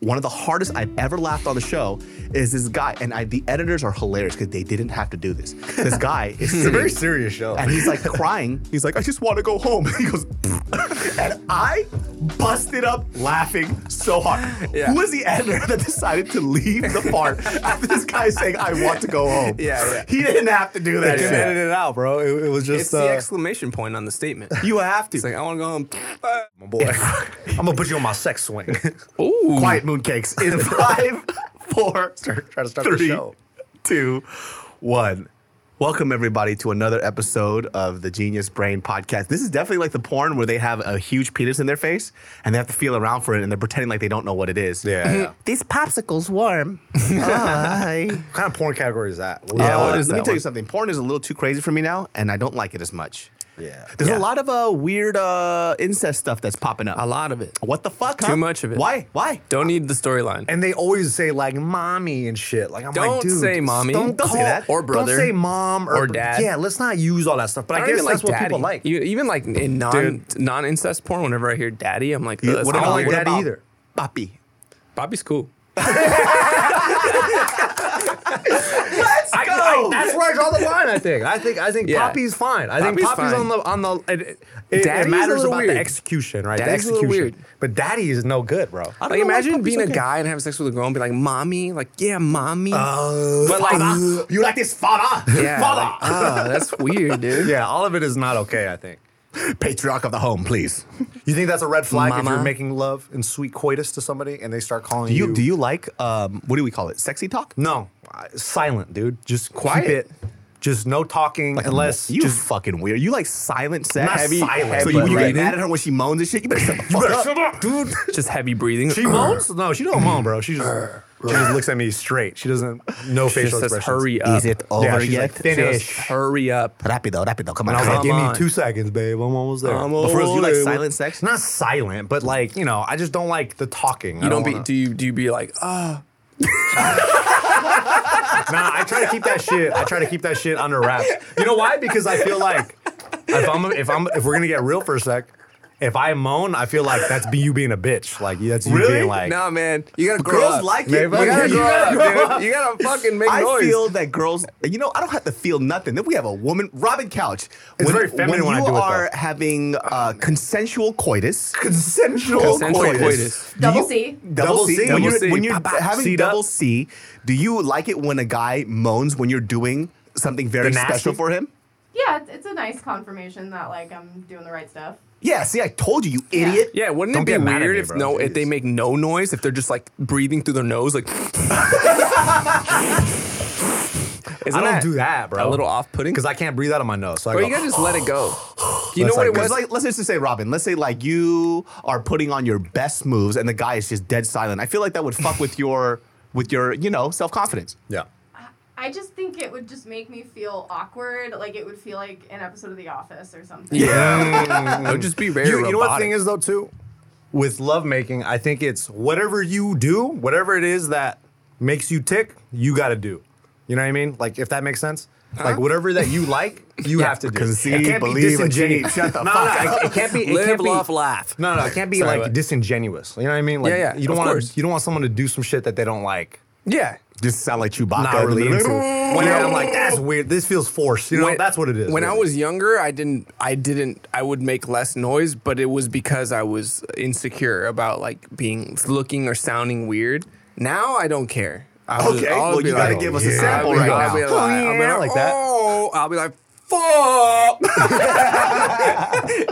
One of the hardest I've ever laughed on the show is this guy, and I, the editors are hilarious because they didn't have to do this. This guy is It's a very sitting, serious show. and he's like crying. He's like, I just want to go home. He goes, and I busted up laughing so hard. Yeah. Who is the editor that decided to leave the part after this guy saying, I want to go home? Yeah, yeah. He didn't have to do that They shit. edited it out, bro. It, it was just It's uh, the exclamation point on the statement. You have to. It's like I want to go home. my boy. I'm gonna put you on my sex swing. Quiet mooncakes in five, four, Start- try to start the three, show. two, one. Welcome everybody to another episode of the Genius Brain Podcast. This is definitely like the porn where they have a huge penis in their face and they have to feel around for it and they're pretending like they don't know what it is. Yeah, yeah. These popsicles warm. Hi. what kind of porn category is that? Yeah, Uh, let me tell you something. Porn is a little too crazy for me now, and I don't like it as much. Yeah. There's Yeah. a lot of uh, weird uh, incest stuff that's popping up. A lot of it. What the fuck? Too huh? much of it. Why? Why? Don't need the storyline. And they always say like mommy and shit. Like I'm like, Don't dude, say mommy. Don't, Don't call, say that. Or brother. Don't say mom or, Or dad. Yeah, let's not use all that stuff. But I, don't guess even that's like what people daddy. like. You, even like in non non incest porn. Whenever I hear daddy, I'm like, oh, that's what not I about, don't cool. like what daddy about either. Papi. Bobby's cool. I, I, that's where I draw the line. I think. I think. I think Yeah. Poppy's fine. I think Poppy's Poppy's fine. on the on the. It, it- it Daddy's a matters little about weird. the execution, right? Daddy's a the little execution. weird. But daddy is no good, bro. Like imagine being a guy and having sex with a girl and be like, mommy, like yeah, mommy. but like- you like this Uh, father? yeah, like, ah, that's weird, dude. Yeah, all of it is not okay. I think. Patriarch of the home, please. You think that's a red flag if Mama. you're making love in sweet coitus to somebody and they start calling Do you? you do you like um what do we call it? Sexy talk? No, I- silent, dude. Just Quiet. keep it. Just no talking unless you just fucking weird. You like silent sex. Not silent, so but you, you like- get mad at her when she moans and shit. You better shut the fuck up. dude. Just heavy breathing. She moans? No, she don't moan, bro. She just she just looks at me straight. She doesn't no She facial just says, expressions. hurry up. Yeah, she's like, She goes, finish. Hurry up. Rapido, rapido. Come on. And I was like, Come give on. me two seconds, babe. I'm almost there. I'm but for reals, you like Holy- silent sex? not silent, but like you know, I just don't like the talking. You I don't, be wanna- do you do you be like ah Nah, I try to keep that shit. I try to keep that shit under wraps. You know why? Because I feel like if I'm if I'm if we're gonna get real for a sec, If I moan, I feel like that's be you being a bitch. Like that's you Really? being like. nah, man, you gotta grow Girls up. like it. You gotta Maybe. grow Yeah. up, dude. You gotta fucking make I noise. feel that girls, you know, I don't have to feel nothing. Then we have a woman, Robin Couch. It's very feminine when I you do it, though. are having uh, consensual coitus. Consensual, Consensual coitus. Do Double you- C. Double C. Double when you're, C. when you're Pop, pop, having seed double up. C, do you like it when a guy moans when you're doing something very The nasty? special for him? Yeah, it's- it's a nice confirmation that like I'm doing the right stuff. Yeah, see, I told you, you idiot. Yeah, wouldn't Don't it be get mad at weird me, if bro. no if they Jesus. make no noise if they're just like breathing through their nose like? Isn't I don't do that, bro. A little off-putting. because I can't breathe out of my nose. So I Or go, you gotta just let it go. You know That's what it like- was Because like, let's just say, Robin, let's say like you are putting on your best moves and the guy is just dead silent. I feel like that would fuck with your, with your, you know, self confidence. yeah. I just think it would just make me feel awkward. Like it would feel like an episode of The Office or something. Yeah, it would just be very. you, you know what the thing robotic. is though too with lovemaking i think it's whatever you do whatever it is that makes you tick you got to do you know what i mean like if that makes sense Uh-huh. like whatever that you like you have to do conceive, it can't believe, be disingenuous achieve. Shut the no, fuck no, up. it can't be it Live, can't be, laugh, laugh. no no it can't be Sorry, like what? disingenuous you know what i mean like Yeah, yeah, you don't of want course. you don't want someone to do some shit that they don't like Yeah, Just sound like Chewbacca. not really into. When When I'm like, that's weird. This feels forced. You know, When- that's what it is. When I really. was younger, I didn't, I didn't, I would make less noise, but it was because I was insecure about like being looking or sounding weird. Now I don't care. I'll Okay, I'll well, you gotta oh, give us a yeah. sample I'll be right like- now. I'll be like, I'll be Oh, yeah, like, like that. "Oh," I'll be like, fuck.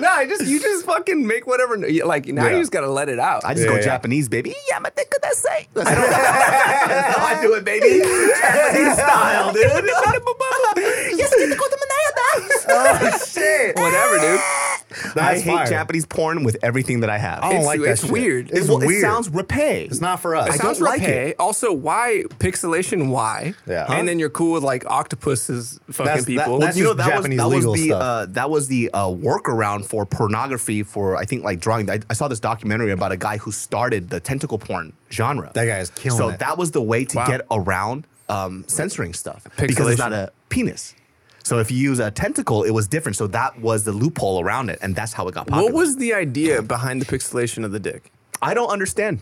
no, I just you just fucking make whatever. Like now Yeah. you just gotta let it out. I just go yeah. Japanese, baby. Yeah, I'm a think of that say. That's how I do it, baby. Japanese style, dude. oh shit! Uh, whatever, dude. I That's hate fire. Japanese porn with everything that I have. I don't It's- like that. it's shit. weird. It's- It's well, It weird. sounds repay. It's not for us. It sounds repay. Also, why pixelation? Why? Yeah. Huh? And then you're cool with like octopuses, fucking That's- that- people. that's you know just that Japanese was that legal was the stuff. uh, that was the uh, workaround for pornography for I think like drawing. I, I saw this documentary about a guy who started the tentacle porn genre. That guy is killing So it. that was the way to Wow. get around um, censoring stuff because it's Pixelation. not a penis. So if you use a tentacle, it was different. So that was the loophole around it, and that's how it got popular. what was the idea behind the pixelation of the dick? I don't understand.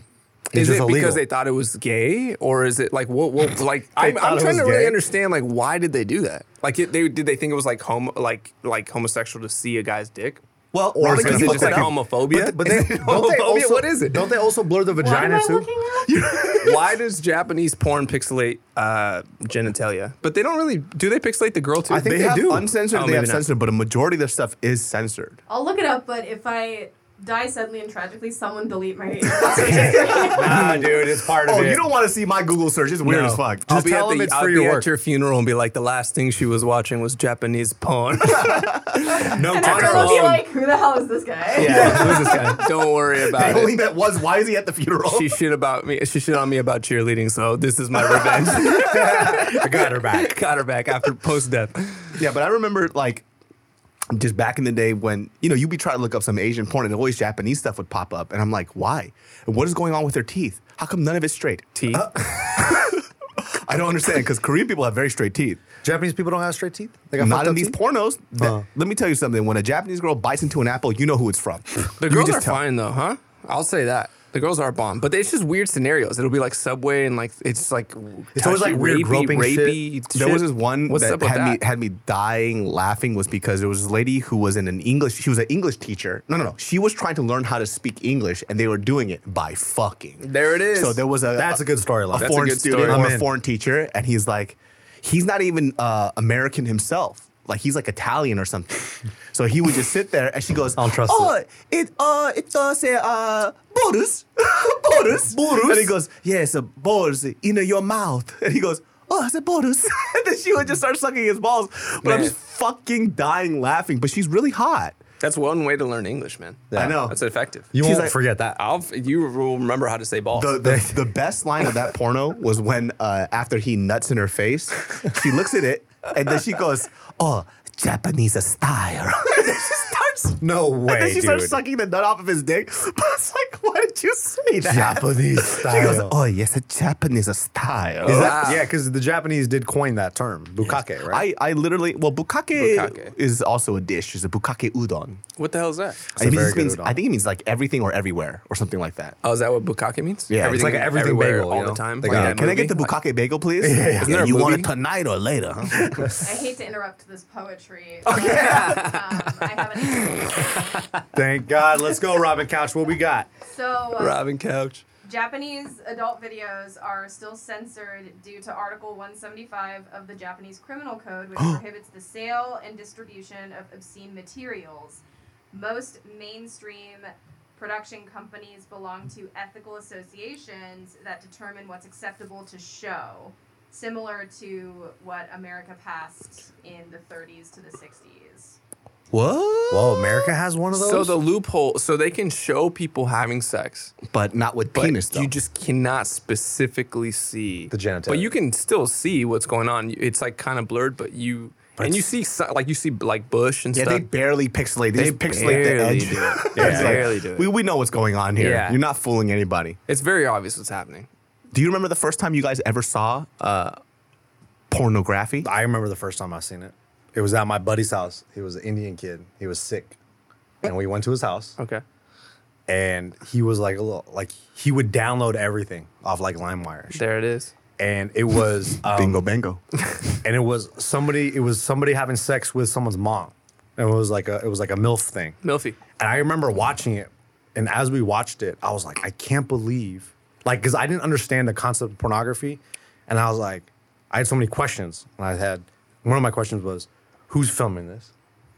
is it just illegal. because they thought it was gay, or is it like what? what like I'm, thought I'm it trying was to really gay? understand like why did they do that? Like it, they did they think it was like homo like like homosexual to see a guy's dick? Well, or Robin, is can it you just look it like up? homophobia? But, but they, don't they homophobia? also, what is it? Don't they also blur the What am vagina I too? looking at? why does Japanese porn pixelate uh, genitalia? But they don't really do they pixelate the girl too? I think they, have have uncensored, Oh, they have maybe not. censored, but a majority of their stuff is censored. I'll look it up, but if I die suddenly and tragically, someone delete my. Nah, dude, it's part of Oh, it. you don't want to see my Google search? It's weird No. as fuck. I'll Just be, tell at, them the, it's I'll for your be work. at your funeral and be like, the last thing she was watching was Japanese porn. no and everyone will be like, "Who the hell is this guy?" yeah, who's this guy? Don't worry The about only it. that was why is he at the funeral? She shit about me. She shit on me about cheerleading, so this is my revenge. I got her back. Got her back after post death. Yeah, but I remember like just back in the day when you know you'd be trying to look up some Asian porn and always Japanese stuff would pop up, and I'm like, why? And what is going on with their teeth? How come none of it's straight? Teeth. I don't understand because Korean people have very straight teeth. Japanese people don't have straight teeth. They got Not fucked in up these teeth? Uh. pornos. Th- Let me tell you something. When a Japanese girl bites into an apple, you know who it's from. The You girls just are tell. fine though, huh? I'll say that. The girls are bomb, but it's just weird scenarios. It'll be like subway and like it's like It's always, like, touchy, weird rapey, groping shit. rapey There shit. was this one What's that up with had me that? had me dying laughing was because there was this lady who was in an English she was an English teacher. No, no, no. She was trying to learn how to speak English and they were doing it by fucking. There it is. So there was a That's a good storyline. A That's a foreign good student story. or I'm a in. foreign teacher and he's like he's not even uh, American himself. Like he's like Italian or something. So he would just sit there and she goes, I don't trust "Oh, it." it uh it uh say uh Boris Boris Boris and he goes yes uh, Boris in your mouth and he goes oh it's a Boris and then she would just start sucking his balls but I'm Man. just fucking dying laughing but she's really hot That's one way to learn English, man. I know That's effective. You She's won't like- forget that. I'll f- you will remember how to say ball. the, the, the best line of that porno was when uh, after he nuts in her face she looks at it and then she goes oh Japanese style and then she starts No way, and then she starts dude. sucking the nut off of his dick but it's like why did you say that? Japanese She goes, style. oh yes, a Japanese style. Is Wow. that, yeah, because the Japanese did coin that term, bukake, right? I, I literally well bukkake, Bukkake. is also a dish. It's a bukkake udon. What the hell is that? I, think very it good means, udon. I think it means like everything or everywhere or something like that. Oh, is that what bukkake means? Yeah, it's it's like an everything everywhere, bagel all you know? the time. They Like got Yeah, that uh, can I get the Um, movie? bukkake bagel, please? Is there a you want movie? it tonight or later? Huh? I hate to interrupt this poetry. but, um, I have an Thank God. Let's go, Robin Couch. What we got? so uh, Robin Couch. Japanese adult videos are still censored due to Article 175 of the Japanese Criminal Code, which prohibits the sale and distribution of obscene materials. Most mainstream production companies belong to ethical associations that determine what's acceptable to show, similar to what America passed in the 30s to the 60s. what? Whoa, America has one of those? So the loophole, so they can show people having sex, But not with but penis though. you just cannot specifically see The genitalia. But you can still see what's going on. It's like kind of blurred, but you and you see so- like you see like bush and yeah, stuff. they barely pixelate. They, They just pixelate the barely edge. do it. It's They like, barely do it. We, we know what's going on here. Yeah. You're not fooling anybody. it's very obvious what's happening. Do you remember the first time you guys ever saw uh, pornography? I remember the first time I seen it. It was at my buddy's house. He was an Indian kid. He was sick. And we went to his house Okay. and he was like a little like he would download everything off like LimeWire. and shit. There it is. And it was um, Bingo, bango. and it was somebody it was somebody having sex with someone's mom. And it was like a it was like a MILF thing. Milfy. And I remember watching it. And as we watched it, I was like, I can't believe, like, because I didn't understand the concept of pornography. And I was like, I had so many questions. And I had one of my questions was, who's filming this?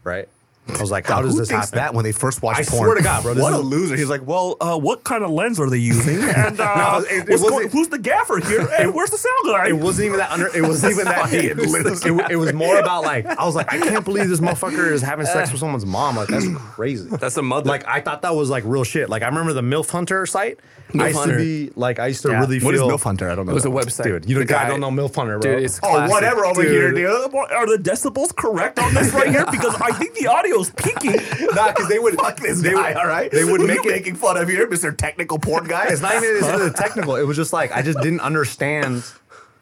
Right? I was like, how does Who this thinks happen? that when they first watch I porn? swear to God, bro, this what is- a loser. He's like, well, uh, what kind of lens are they using? And uh, No, it- it what's wasn't- going- who's the gaffer here? And where's the sound guy? it wasn't even that under. It wasn't even that Fucking deep. It, wa- it was more about like I was like I can't believe this motherfucker is having sex with someone's mom. Like that's crazy. That's a mother. like I thought that was like real shit. Like I remember the MILF Hunter site. I MILF used Hunter. to be like I used to Yeah. really feel What is MILF Hunter? I don't know. it was a that. website. Dude, you The don't, guy, guy- don't know MILF Hunter, bro. Dude, it's Oh, classic. whatever over Dude. here, dude. Are the decibels correct on this right here? Because I think the audio's peaking. Nah, because they would Fuck this they guy, would, all right? They would Who make you it. making fun of here, Mr. Technical Porn Guy. It's not even it's not even technical. It was just like I just didn't understand.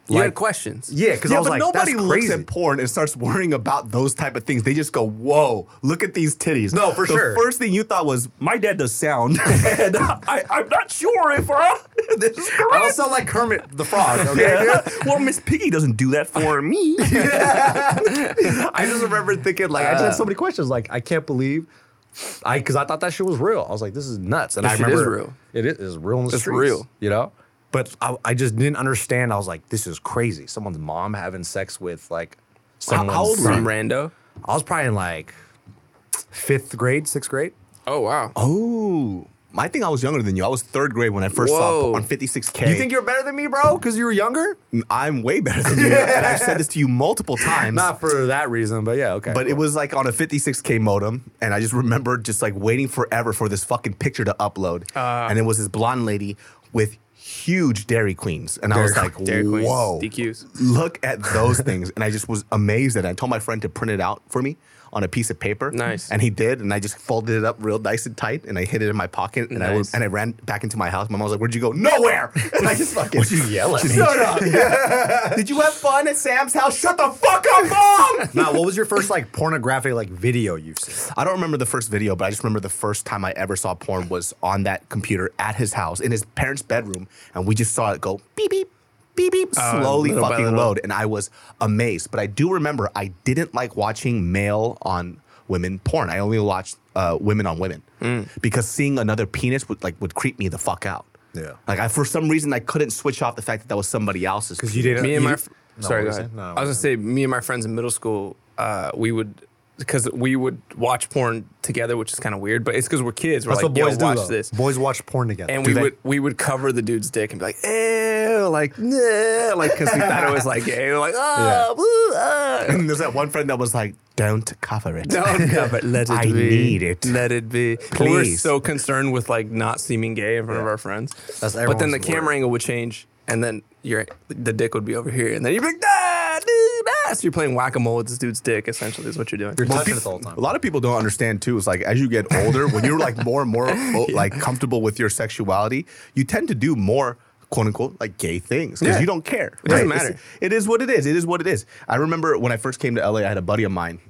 You like, had questions. Yeah, because yeah, I was but like, nobody that's looks crazy. at porn and starts worrying about those type of things. They just go, "Whoa, look at these titties." No, for the sure. First thing you thought was, "My dad does sound," and I, I'm not sure if uh, this is I correct. don't sound like Kermit the Frog. Okay, Yeah. well, Miss Piggy doesn't do that for me. I just remember thinking like I just had so many questions. Like I can't believe. I because I thought that shit was real. I was like, this is nuts. And That I shit is remember real. It is it's real in the It's streets. real. you know. But I, I just didn't understand. I was like, this is crazy. Someone's mom having sex with like someone's old were son. Some rando. I was probably in like fifth grade, sixth grade. Oh wow. oh, I think I was younger than you. I was third grade when I first saw Whoa. it on 56K. You think you're better than me, bro? Because you were younger? I'm way better than you. And I've said this to you multiple times. Not for that reason, but yeah, okay. But it was like on a 56k modem, and I just remember just like waiting forever for this fucking picture to upload. and it was this blonde lady with huge Dairy Queens, and I was Dairy- like, Dairy Queens, "Whoa, DQs. look at those things!" And I just was amazed at it. I told my friend to print it out for me on a piece of paper. Nice. And he did, and I just folded it up real nice and tight, and I hid it in my pocket, and I was, Nice. and I ran back into my house. My mom was like, "Where'd you go?" Nowhere. And I just fucking. Would you yell at me? Shut up. Did you have fun at Sam's house? Shut the fuck up, mom. now, what was your first like pornographic like video you've seen? I don't remember the first video, but I just remember the first time I ever saw porn was on that computer at his house in his parents' bedroom, and we just saw it go beep beep beep beep slowly Uh, little by fucking little. load, and I was amazed. But I do remember I didn't like watching male on women porn. I only watched uh, women on women Mm. because seeing another penis would like would creep me the fuck out. Yeah. like I, for some reason I couldn't switch off the fact that that was somebody else's. Because you didn't. me and you- my fr- No, sorry, what go was it? ahead. No, I was gonna say me and my friends in middle school, uh, we would because we would watch porn together, which is kind of weird, but it's because we're kids. We're that's like, what boys Yo, do. watch though. this, Boys watch porn together. and Do we they- would we would cover the dude's dick and be like, ew, like, nah, like because we thought it was like gay. We're like, oh, And there's that one friend that was like, "Don't cover it. don't cover it. Let it I be. need it. Let it be. We were Please. so concerned with like not seeming gay in front of our friends. That's but then everyone's the camera word. angle would change, and then your the dick would be over here, and then you'd be like, nah, dude, nah. ass. You're playing whack a mole with this dude's dick. Essentially, is what you're doing. You're Well, touching peop- it the whole time. A lot of people don't understand too. It's like as you get older, when you're like more and more oh, like comfortable with your sexuality, you tend to do more quote unquote like gay things because Yeah. you don't care. It doesn't It's- matter. It is what it is. It is what it is. I remember when I first came to LA, I had a buddy of mine.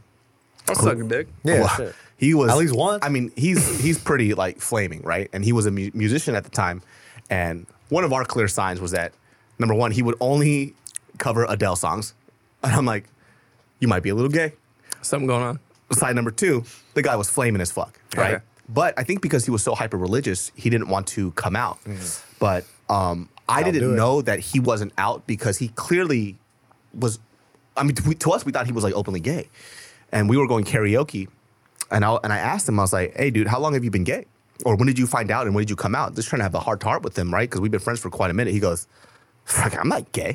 I'll suck a dick. Yeah, Well, shit. he was At least once. I mean, he's he's pretty like flaming, right? And he was a mu- musician at the time, and one of our clear signs was that number one, he would only cover Adele songs, and I'm like, you might be a little gay Something going on. side number two, the guy was flaming as fuck, right? Okay. But I think because he was so hyper religious, he didn't want to come out. But um, I I'll Mm. do didn't it. know that he wasn't out because he clearly was. I mean, to, to us, we thought he was like openly gay, and we were going karaoke, and I and I asked him, I was like, "Hey, dude, how long have you been gay? Or when did you find out? And when did you come out?" Just trying to have a heart to heart with him, right? Because we've been friends for quite a minute. He goes, "Fuck, I'm not gay."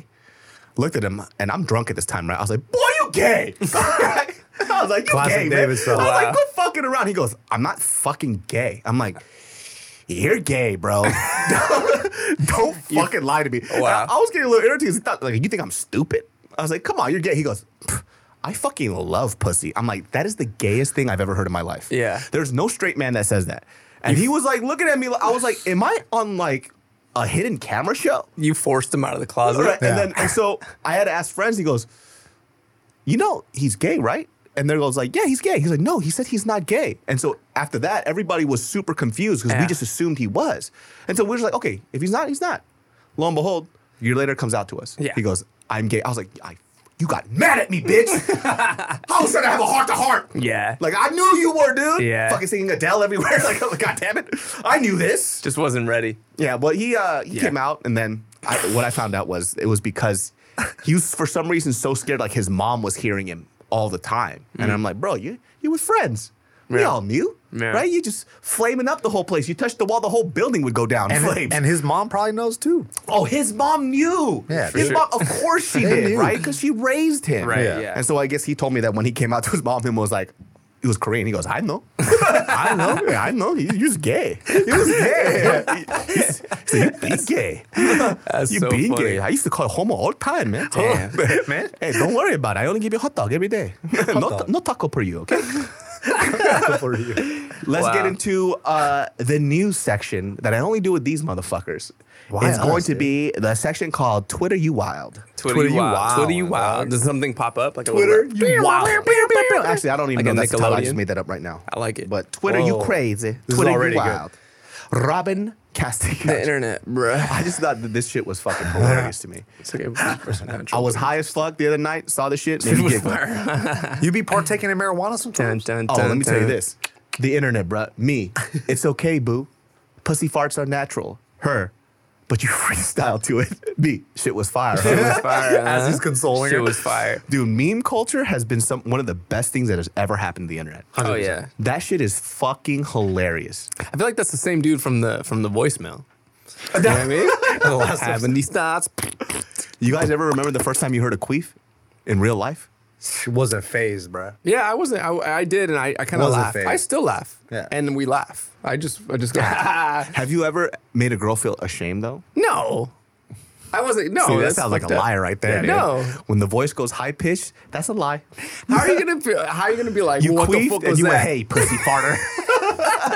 Looked at him, and I'm drunk at this time, right? I was like, "Boy, you gay!" I was like, "You Classic gay, David man." I style. was Wow. like, "Quit fucking around." He goes, "I'm not fucking gay." I'm like. You're gay, bro. Don't fucking lie to me. And Wow. I, I was getting a little irritated. 'cause He thought, like, you think I'm stupid? I was like, come on, you're gay. He goes, "Pff, I fucking love pussy. I'm like, that is the gayest thing I've ever heard in my life. Yeah. There's no straight man that says that. And he was like looking at me. like- I was like, am I on like a hidden camera show? You forced him out of the closet. Right. Yeah. And then and so I had to ask friends. He goes, you know, he's gay, right? And there goes like, yeah, he's gay. He's like, no, he said he's not gay. And so after that, everybody was super confused because Yeah. we just assumed he was. And so we were just like, okay, if he's not, he's not. Lo and behold, a year later comes out to us. Yeah. He goes, I'm gay. I was like, I, you got mad at me, bitch. I was trying to have a heart to heart. Yeah. Like I knew you were, dude. Yeah. Fucking singing Adele everywhere. like, oh, god damn it, I knew this. Just wasn't ready. Yeah, but he uh, he Yeah. came out, and then I, what I found out was it was because he was for some reason so scared, like his mom was hearing him all the time, and I'm like, bro, you you with friends, we Mm. Yeah. all knew, Yeah. right? You just flaming up the whole place. You touched the wall, the whole building would go down in flames. And, and his mom probably knows too. oh, his mom knew. Yeah, for his sure. mom, of course she They did, knew. right? Because she raised him, Right, Yeah. yeah. And so I guess he told me that when he came out to his mom, him was like. He was Korean. He goes, I know. I know. I know. He, he was gay. He was gay. He- he's- he's like, "You- he's gay. That's You so being funny. gay. I used to call it homo all the time, man. Damn. man. Hey, don't worry about it. I only give you hot dog every day. no, dog. no taco for you, okay? For you. Let's get Wow. into uh, the news section that I only do with these motherfuckers. Why it's us, going to dude? be the section called Twitter You Wild. Twitter, Twitter you you wild. wild, Twitter you dog. wild. Does something pop up like a Twitter little- You Wild. Actually, I don't even Like a know that's the title. I just Nickelodeon? made that up right now. I like it. But Twitter Whoa. You Crazy. is Twitter already You good. Wild. Robin Casting. The internet, bruh. I just thought that this shit was fucking hilarious to me. It's okay. I was high as fuck the other night, saw the shit, made me giggle. You be partaking in marijuana sometimes. Oh, let me tell you this. The internet, bruh. Me. It's okay, boo. Pussy farts are natural. Her. But you freestyle to it. Me. Shit was fire. huh? Fire, As he's huh? consoling Shit her. was fire. Dude, meme culture has been some one of the best things that has ever happened to the internet. Oh yeah. That shit is fucking hilarious. I feel like that's the same dude from the from the voicemail. You know what I mean? Having these thoughts. You guys ever remember the first time you heard a queef in real life? She wasn't phased, bruh. Yeah, I wasn't. I, I did, and I, I kind of Wasn't laughed. phased. I still laugh. Yeah. And we laugh. I just I just go. "Ah." Have you ever made a girl feel ashamed though? no. I wasn't. No. Dude, that that's sounds like a fucked up. lie right there. Yeah, dude. no. When the voice goes high pitched, that's a lie. How are you gonna feel? How are you gonna be like? You what the queefed fuck and was you that? went, hey, pussy farter.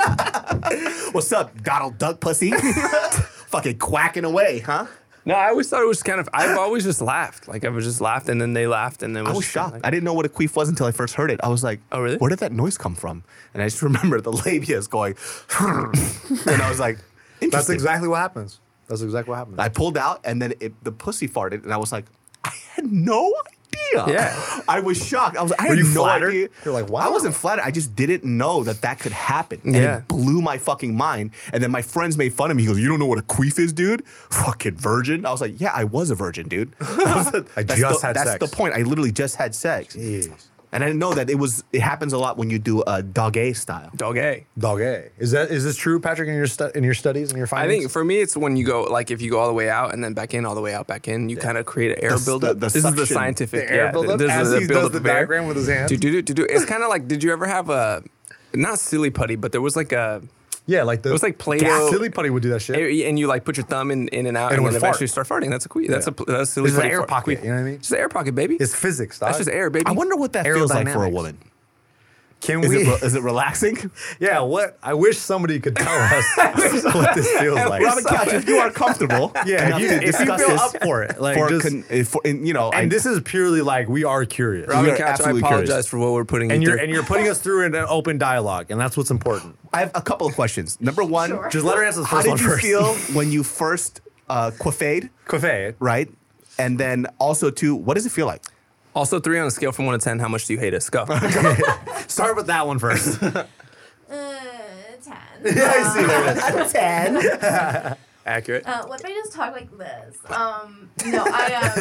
What's up, Donald Duck pussy? Fucking quacking away, huh? No, I always thought it was kind of. I've always just laughed. Like I was just laughed, and then they laughed, and then I was just kinda shocked. like- I didn't know what a queef was until I first heard it. I was like, Oh, really? Where did that noise come from? And I just remember the labia is going, and I was like, That's interesting. exactly what happens. That's exactly what happens. I pulled out, and then it, the pussy farted, and I was like, I had no idea. Yeah. I was shocked. I was. I Were had you no flattered? idea. You're like, wow. I wasn't flattered. I just didn't know that that could happen. And Yeah. It blew my fucking mind. And then my friends made fun of me. He goes, "You don't know what a queef is, dude? Fucking virgin." I was like, "Yeah, I was a virgin, dude. I, was like, I that's just the, had That's sex. the point. I literally just had sex. Jeez. And I didn't know that it was. It happens a lot when you do a dog A style. dog a. Dog A. Is that is this true, Patrick? In your stu- in your studies and your I findings? think for me, it's when you go like if you go all the way out and then back in, all the way out, back in. You kind of create an air The- buildup. the this is the suction. scientific The air yeah, buildup This as is the he does buildup the of air. diagram with his hand? Do do do do do. It's kind of like. Did you ever have a not silly putty, but there was like a Yeah, like the It was like Play-Doh. Silly putty would do that shit. A- and you like put your thumb in, in and out, And it and, would then fart. eventually start farting. That's a que- That's a that's a silly It's an putty air fart. pocket, you know what I mean? It's an air pocket, baby. It's physics. Dog. that's just air, baby. I wonder what that feels like for a Aerodynamics. woman. Can Is we? it, re- is it relaxing? yeah. What? I wish somebody could tell us what this feels like. Robin Couch, if you are comfortable, Yeah, enough if you- to if you discuss feel this up for it, like, for, just- con- eh, for- and, you know, and I- this is purely like we are curious, We Robin are Couch, I absolutely apologize curious. for what we're putting and you you're through. and you're putting us through an open dialogue, and that's what's important. I have a couple of questions. Number one, Sure. Just let her answer the how first one did you first. feel when you first uh, coiffed, Cafe. right? And then also two, what does it feel like? also three on a scale from one to ten. How much do you hate us? Go. Start with that one first. Uh, ten. Accurate. Uh, what if I just talk like this? Um, no, I. Um,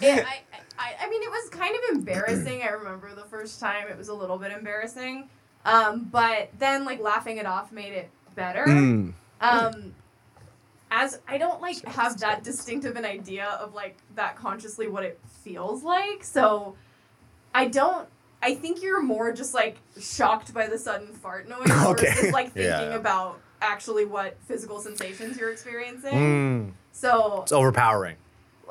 it, I, I, I mean, it was kind of embarrassing. I remember the first time; it was a little bit embarrassing. Um, but then, like laughing it off made it better. Um, as I don't like have that distinctive an idea of like that consciously what it feels like, so I don't. I think you're more just like shocked by the sudden fart noise, Okay. versus like thinking Yeah. about actually what physical sensations you're experiencing. Mm, So it's overpowering.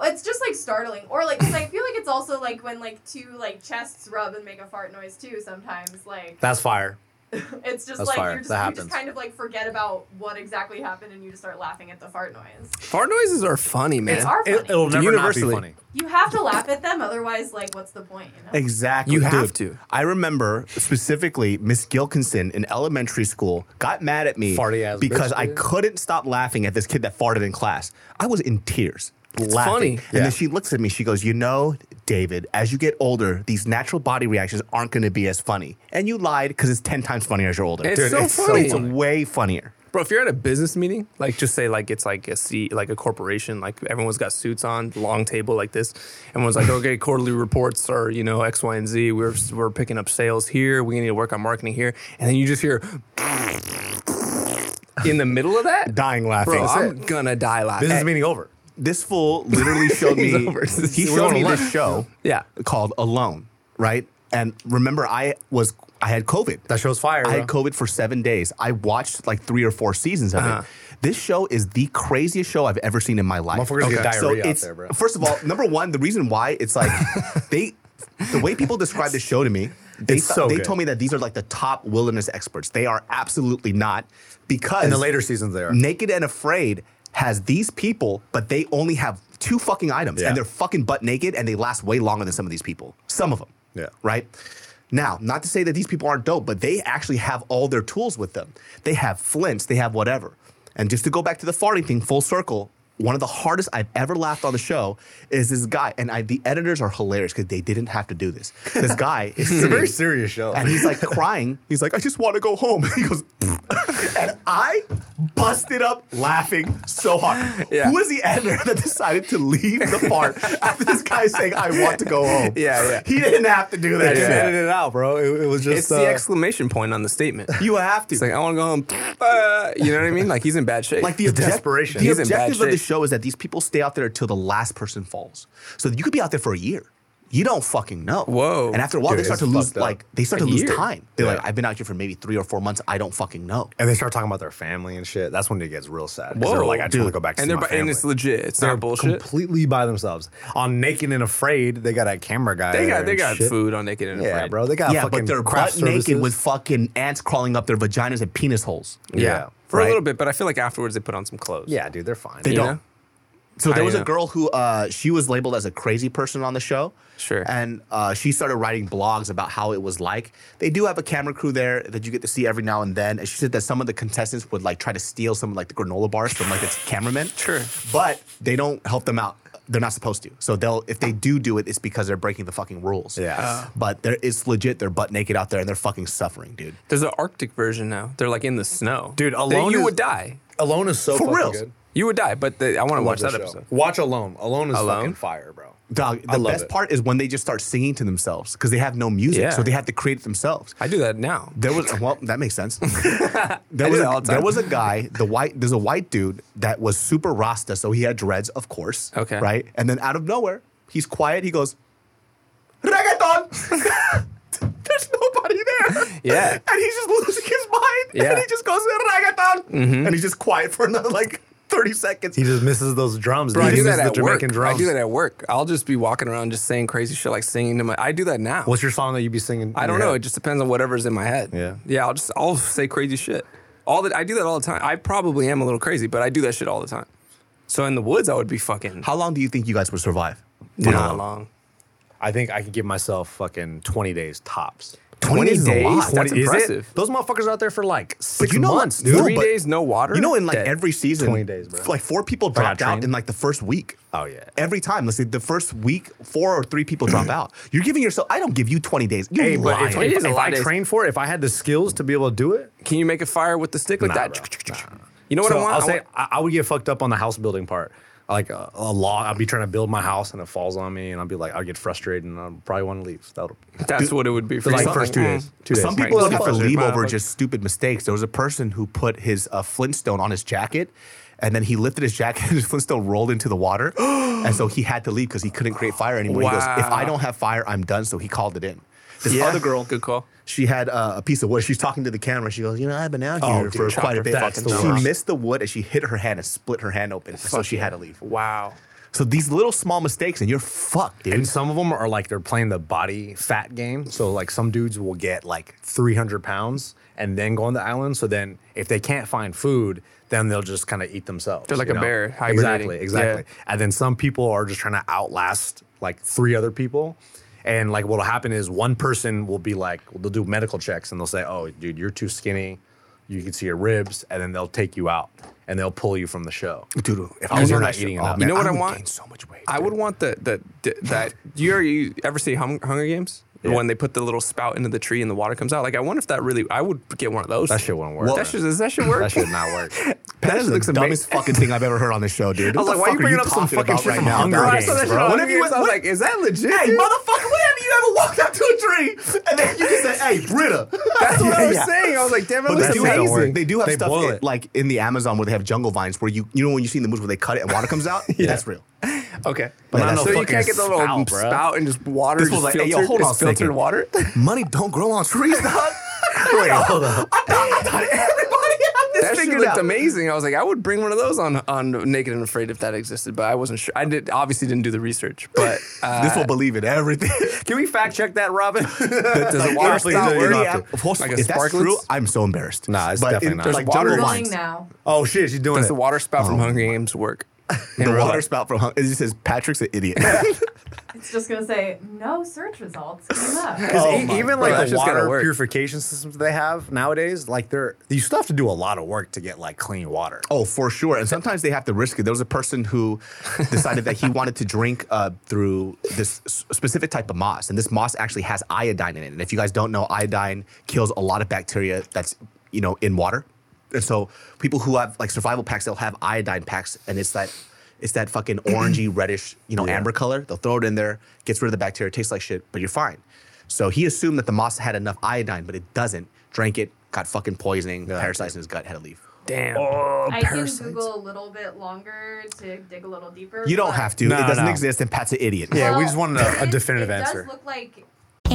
it's just like startling, or like 'cause I feel like it's also like when like two like chests rub and make a fart noise too. Sometimes like That's fire. it's just that's like fire. you're just, That you just happens. kind of like forget about what exactly happened and you just start laughing at the fart noise. Fart noises are funny, man. They are funny. It, will never Universally. not be funny. you have to laugh at them, otherwise like what's the point? You know? Exactly. You have to. I remember specifically Miss Gilkinson in elementary school got mad at me Farty ass bitch, because I dude. couldn't stop laughing at this kid that farted in class. I was in tears. laughing. funny. And Yeah. then she looks at me, she goes, You know, David, as you get older, these natural body reactions aren't going to be as funny. And you lied because it's 10 times funnier as you're older. It's Dude, so it's so funny. It's way funnier. Bro, if you're at a business meeting, like just say like it's like a seat, like a corporation, like everyone's got suits on, long table like this. Everyone's like, okay, quarterly reports are you know X, Y, and Z. We're we're picking up sales here. We need to work on marketing here, and then you just hear in the middle of that, Dying laughing. Bro, That's I'm gonna die laughing. Business meeting over. this fool literally showed me over. he We're showed on me alone. this show Yeah. called Alone, right? And remember I was I had COVID. That show's fire. I had bro. COVID for seven days. I watched like three or four seasons of Uh-huh. it. This show is the craziest show I've ever seen in my life. Motherfuckers get So diarrhea out it's there, bro. first of all, number one, the reason why it's like they, the way people describe the show to me, they It's thought- so they good. told me that these are like the top wilderness experts. They are absolutely not because In the later seasons, they are. Naked and Afraid has these people, but they only have two fucking items Yeah. and they're fucking butt naked and they last way longer than some of these people. Some of them. Yeah. Right? Now, not to say that these people aren't dope, but they actually have all their tools with them. They have flints, they have whatever. And just to go back to the farting thing, full circle, one of the hardest I've ever laughed on the show is this guy. And I, the editors are hilarious because they didn't have to do this. This guy is It's a very sitting- serious show. and he's like crying. He's like, I just want to go home. He goes, and I busted up laughing so hard. Yeah. Who was the editor that decided to leave the part after this guy saying, I want to go home? Yeah, yeah. He didn't have to do that. Just shit. edited it out, bro. It, it was just it's uh, the exclamation point on the statement. You have to. It's like I want to go home. Uh, you know what I mean? Like he's in bad shape. Like the, The object- desperation. The He's in objective bad of the shape. show is that these people stay out there until the last person falls. So you could be out there for a year. You don't fucking know. Whoa. And after a while, Dude, they start it's to lose fucked up. like they start A to lose year. time. They're Yeah. like, I've been out here for maybe three or four months. I don't fucking know. and they start talking about their family and shit. That's when it gets real sad. 'cause They're Whoa, like, I just dude. want to go back to and see they're my bu- family. and it's legit. It's They're not bullshit. completely by themselves. On Naked and Afraid, they got that camera guy. They got there they and got shit. food on naked and Yeah, Afraid. bro. They got yeah, fucking but they're craft butt naked services. with fucking ants crawling up their vaginas and penis holes. yeah. for right? a little bit, but I feel like afterwards they put on some clothes. Yeah, dude, they're fine. They You don't. know? So there I was a know. girl who uh, she was labeled as a crazy person on the show. Sure. And uh, she started writing blogs about how it was like. They do have a camera crew there that you get to see every now and then. And she said that some of the contestants would like try to steal some like the granola bars from like the cameramen. Sure. But they don't help them out. They're not supposed to. So they'll if they do do it, it's because they're breaking the fucking rules. Yeah. Oh. But there it's legit. They're butt naked out there and they're fucking suffering, dude. There's an Arctic version now. They're like in the snow. Dude, They- alone you is- would die. Alone is so For fucking reals. good. You would die. But they, I want to watch that Love this show. episode. Watch Alone. Alone is Alone? fucking fire, bro. Dog, I the love best it. part is when they just start singing to themselves because they have no music, Yeah. so they have to create it themselves. I do that now. There was well, that makes sense. I There do was that all a, the there time. was a guy, the white there's a white dude that was super Rasta, so he had dreads, of course. Okay. Right? And then out of nowhere, he's quiet, he goes, Reggaeton! there's nobody body there. Yeah. And he's just losing his mind. And Yeah. Mm-hmm. he just goes, reggaeton. And he's just quiet for another like 30 seconds. He just misses those drums. Bro, dude. I He do that misses at the work. Jamaican drums. I do that at work. I'll just be walking around just saying crazy shit, like singing to my. I do that now. What's your song that you be singing? I don't know. It just depends on whatever's in my head. Yeah. Yeah. I'll just I'll say crazy shit. All that I do that all the time. I probably am a little crazy, but I do that shit all the time. So in the woods, I would be fucking How long do you think you guys would survive? not You know, long. I think I can give myself fucking 20 days tops. 20 is a lot. That's Is it? impressive. Those motherfuckers out there for like six But you know what? months, dude. No, Three but- days, no water. You know, in like Dead. every season, 20 days, bro. f- like four people I dropped out trained. in like the first week. Oh, yeah. Every time. Let's say the first week, four or three people drop out. You're giving yourself, I don't give you 20 days. You're Hey, but lying. if, It if, is a if lot I of days. trained for it, if I had the skills to be able to do it, Can you make a fire with the stick like Nah, that? bro. You know what So I want? I'll I say want- I, I would get fucked up on the house building part. Like a, a law, I'll be trying to build my house and it falls on me, and I'll be like, I'll get frustrated and I'll probably want to leave. That'll That's what it would be for like you. first two days. Two days. Some people Right. looking for Well, leave well, over well. just stupid mistakes. There was a person who put his uh, Flintstone on his jacket, and then he lifted his jacket, and his Flintstone rolled into the water, and so he had to leave because he couldn't create fire anymore. He goes, "If I Wow. don't have fire, I'm done." So he called it in. This Yeah. other girl, Good call. She had uh, a piece of wood. She's talking to the camera. She goes, "You know, I've been out Oh, here dude, for quite a chopper. bit." That's the she worst. missed the wood, and she hit her hand and split her hand open, so she had to leave. Wow. So these little small mistakes, and you're fucked, dude. And some of them are like they're playing the body fat game. So like some dudes will get like 300 pounds and then go on the island. So then if they can't find food, then they'll just kind of eat themselves. They're like you a know? bear, hibernating. Exactly, exactly. And then some people are just trying to outlast like three other people. And like what'll happen is one person will be like, they'll do medical checks and they'll say, oh, dude, you're too skinny. You can see your ribs. And then they'll take you out and they'll pull you from the show. dude, if Because was you're on not that show- eating oh, enough. man, You know what I would want? gain So much weight. I dude. would want the the that. You, ever- you ever see Hung- Hunger Games when they put the little spout into the tree and the water comes out? Like I wonder if that really. I would get one of those. That shit wouldn't work. that shit does that shit work? That should not work. That is That the looks dumbest amazing. fucking thing I've ever heard on this show, dude. I was What like, why are the you fuck bringing up talking some fucking about shit from now, Hunger dog? Bro, Games, I saw that shit bro. on Whenever Hunger you Games, I was what- like, is that legit? Hey, dude? motherfucker, whenever you ever walked up to a tree and then you just said, hey, Ritter. That's what I was Yeah. saying. I was like, damn, it But they looks do, have, amazing. they do have They stuff boil in- it. like in the Amazon where they have jungle vines where you you know when you see in the movies where they cut it and water comes out? yeah. That's real. Okay, But not no so you fucking can't get the little spout, spout, bro. and just water. This was just like, hey, filtered, yo, hold on a it's filtered second. water. Money don't grow on trees, dog. Wait, hold on. Everybody had this that shit figured looked out. amazing. I was like, I would bring one of those on on Naked and Afraid if that existed, but I wasn't sure. I did obviously didn't do the research, but uh, This will believe in everything. Can we fact check that, Robin? does the water Honestly, Honestly, spout no, you work? don't any have app- to. of course, Like a if that's true, sparklets? I'm so embarrassed. Nah, it's But definitely in- not. Like There's water jungle Googling vines. now. oh shit, she's doing Does it. the water spout from Hunger Games work? in Oh. The real water life? spout from Hung- it just says Patrick's an idiot. It's just gonna say no search results came up. Because Oh my E-, even God. like That's the just gotta water work. purification systems they have nowadays, like they're you still have to do a lot of work to get like clean water. Oh, for sure. And sometimes they have to risk it. There was a person who decided that he wanted to drink uh, through this s- specific type of moss, and this moss actually has iodine in it. And if you guys don't know, iodine kills a lot of bacteria that's you know in water. And so people who have like survival packs, they'll have iodine packs, and it's that it's that fucking orangey reddish you know amber color. They'll throw it in there, gets rid of the bacteria, tastes like shit, but you're fine. So he assumed that the moss had enough iodine, but it doesn't. Drank it, got fucking poisoning, parasites in his gut, had to leave. Damn. Oh, I can Google a little bit longer to dig a little deeper. You don't but- have to. No, it doesn't no. exist, and Pat's an idiot. Yeah, we Well, just wanted a, a it- definitive it answer. does look like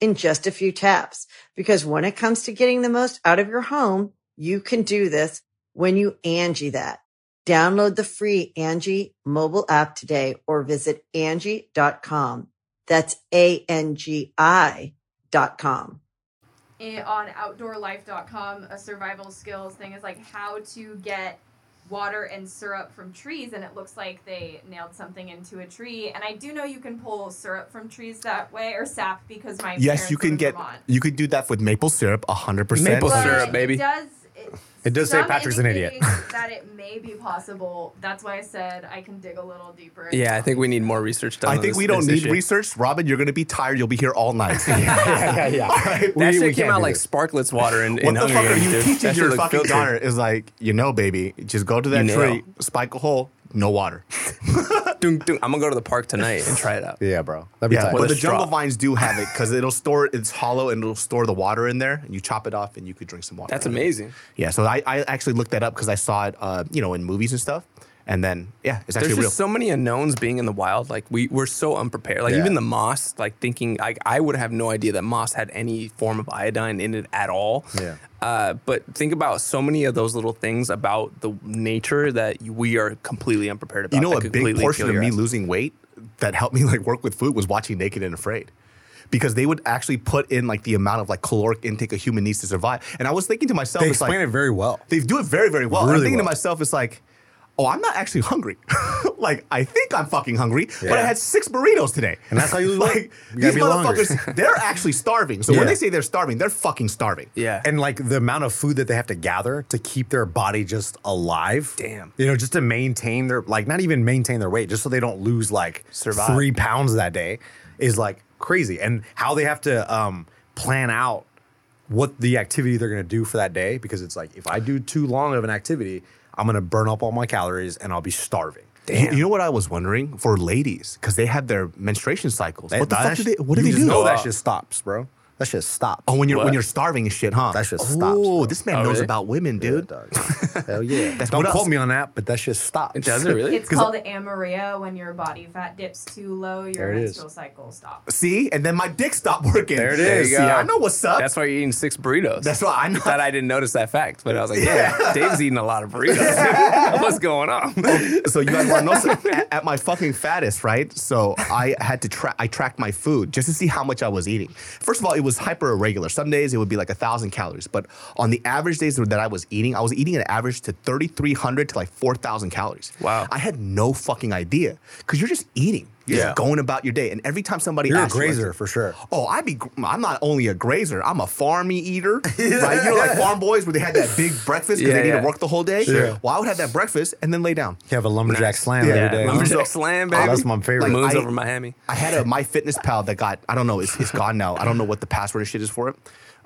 in just a few taps. Because when it comes to getting the most out of your home, you can do this when you Angie that. Download the free Angie mobile app today or visit Angie.com. That's A-N-G-I dot com. i- on outdoorlife.com a survival skills thing is like how to get water and syrup from trees and it looks like they nailed something into a tree and i do know you can pull syrup from trees that way or sap because my Yes, you parents live can in get Vermont. you can do that with maple syrup, hundred percent. Maple But syrup, it does it, It does say some Patrick's an idiot. indicating that it may be possible that's why i said i can dig a little deeper Yeah, I think we need more research done. I on think this- we don't this need issue. research, Robin. You're gonna be tired. You'll be here all night. yeah, yeah, yeah. That shit came out like sparklets water in- in what the Hunger fuck are Games, you dude. teaching That your shit looked fucking filthy. daughter? Is like, you know, baby, just go to that You tree, spike a hole, no water. Dun, dun. I'm gonna go to the park tonight and try it out. Yeah, bro. yeah, but With a the straw. jungle vines do have it because it'll store. It's hollow and it'll store the water in there, and you chop it off, and you could drink some water. That's amazing. Yeah, so I, I actually looked that up because I saw it, uh, you know, in movies and stuff. And then, yeah, it's actually There's real. just so many unknowns being in the wild. Like we we're so unprepared. Like Yeah. even the moss. Like thinking, like I would have no idea that moss had any form of iodine in it at all. Yeah. Uh, but think about so many of those little things about the nature that we are completely unprepared about. you know, that a could big completely portion kill of your me ass. losing weight that helped me like work with food was watching Naked and Afraid. Because they would actually put in like the amount of like caloric intake a human needs to survive. And I was thinking to myself, They it's like, explain it very well. They do it very, very well. And I'm Really thinking to well. myself, it's like, oh, I'm not actually hungry. like, I think I'm fucking hungry, but I Yeah. had six burritos today. And that's how you lose weight. like, You gotta these be a little hungry. motherfuckers, they're actually starving. So when Yeah. they say they're starving, they're fucking starving. Yeah. And like the amount of food that they have to gather to keep their body just alive. Damn. You know, just to maintain their, like, not even maintain their weight, just so they don't lose like Survive. three pounds that day is like crazy. And how they have to um, plan out what the activity they're going to do for that day because it's like, if I do too long of an activity, I'm going to burn up all my calories and I'll be starving. You, you know what I was wondering for ladies because they have their menstruation cycles. That- what the that fuck do sh- they? What do they you just do? Uh, know that shit stops, bro. That shit stops. Oh, when you're What? when you're starving and shit, huh? That shit oh, stops, bro. this man Oh, knows really? about women, Yeah, dude. dog. Hell yeah. That's Don't what quote else- me on that, but that shit stops. It does it really? it's called amenorrhea when your body fat dips too low your There it is. menstrual cycle stops See, and then my dick stopped working. There it There is. you See, go. I know what's up. That's why you're eating six burritos. That's why I know. Thought I didn't notice that fact, but I was like, yeah, Dave's eating a lot of burritos. What's going on? so you guys want to know something? at, at my fucking fattest, right? So I had to track. I tracked my food just to see how much I was eating. First of all, it was hyper irregular. Some days it would be like a thousand calories, but on the average days that I was eating, I was eating an average to thirty three hundred to like four thousand calories. Wow. I had no fucking idea because you're just eating. You're Yeah. just going about your day, and every time somebody You're a asks you, like, grazer for sure. Oh, I be. gr- I'm not only a grazer. I'm a farmy eater. Right? You know, like farm boys where they had that big breakfast because Yeah, they need yeah. to work the whole day. Sure. Well, I would have that breakfast and then lay down. You have a lumberjack slam Yeah. every day. Lumberjack Lumberjack So- slam, Oh, baby. that's my favorite. Like, moons I- over Miami. I had a my fitness pal that got I don't know it's, it's gone now. I don't know what the password and shit is for it,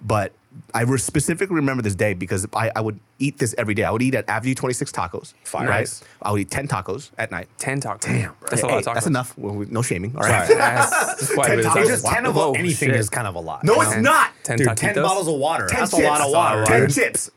but I re- specifically remember this day because I, I would eat this every day. I would eat at Avenue Twenty Six tacos. Fire. Nice. I would eat ten tacos at night. Ten tacos. Damn, bro. that's a Hey, lot of tacos. That's enough. Well, we- no shaming. All right. Sorry. That's, that's quite Ten a bit of tacos. tacos. Just ten of Whoa, anything shit. is kind of a lot. No, it's Ten- not. ten Dude, taquitos? 10 bottles of water. Ten That's chips. a lot of water. Ten dude. chips.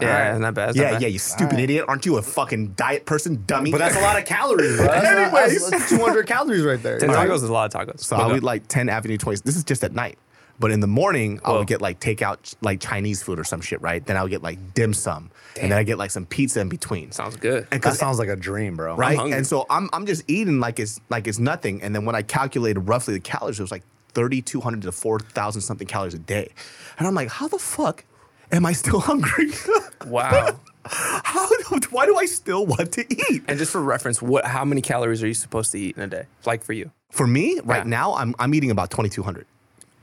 Yeah, not bad. Yeah, yeah. You stupid idiot. Aren't you a fucking diet person, dummy? But that's a lot of calories, bro. That's not- Anyways. that's 200 calories right there. Ten All right. tacos is a lot of tacos. So I would like 10 Avenue Toys. This is just at night. But in the morning, I Whoa. would get like takeout, like Chinese food or some shit, right? Then I would get like dim sum. And then I get like some pizza in between. sounds good. And That 'cause- sounds like a dream, bro. right? hungry. and so I'm, I'm just eating like it's like it's nothing. And then when I calculated roughly the calories, it was like 3,200 to 4,000 something calories a day. And I'm like, how the fuck am I still hungry? Wow. how, do- why do I still want to eat? and just for reference, what? How many calories are you supposed to eat in a day? Like for you? For me, right Yeah. now, I'm, I'm eating about 2,200.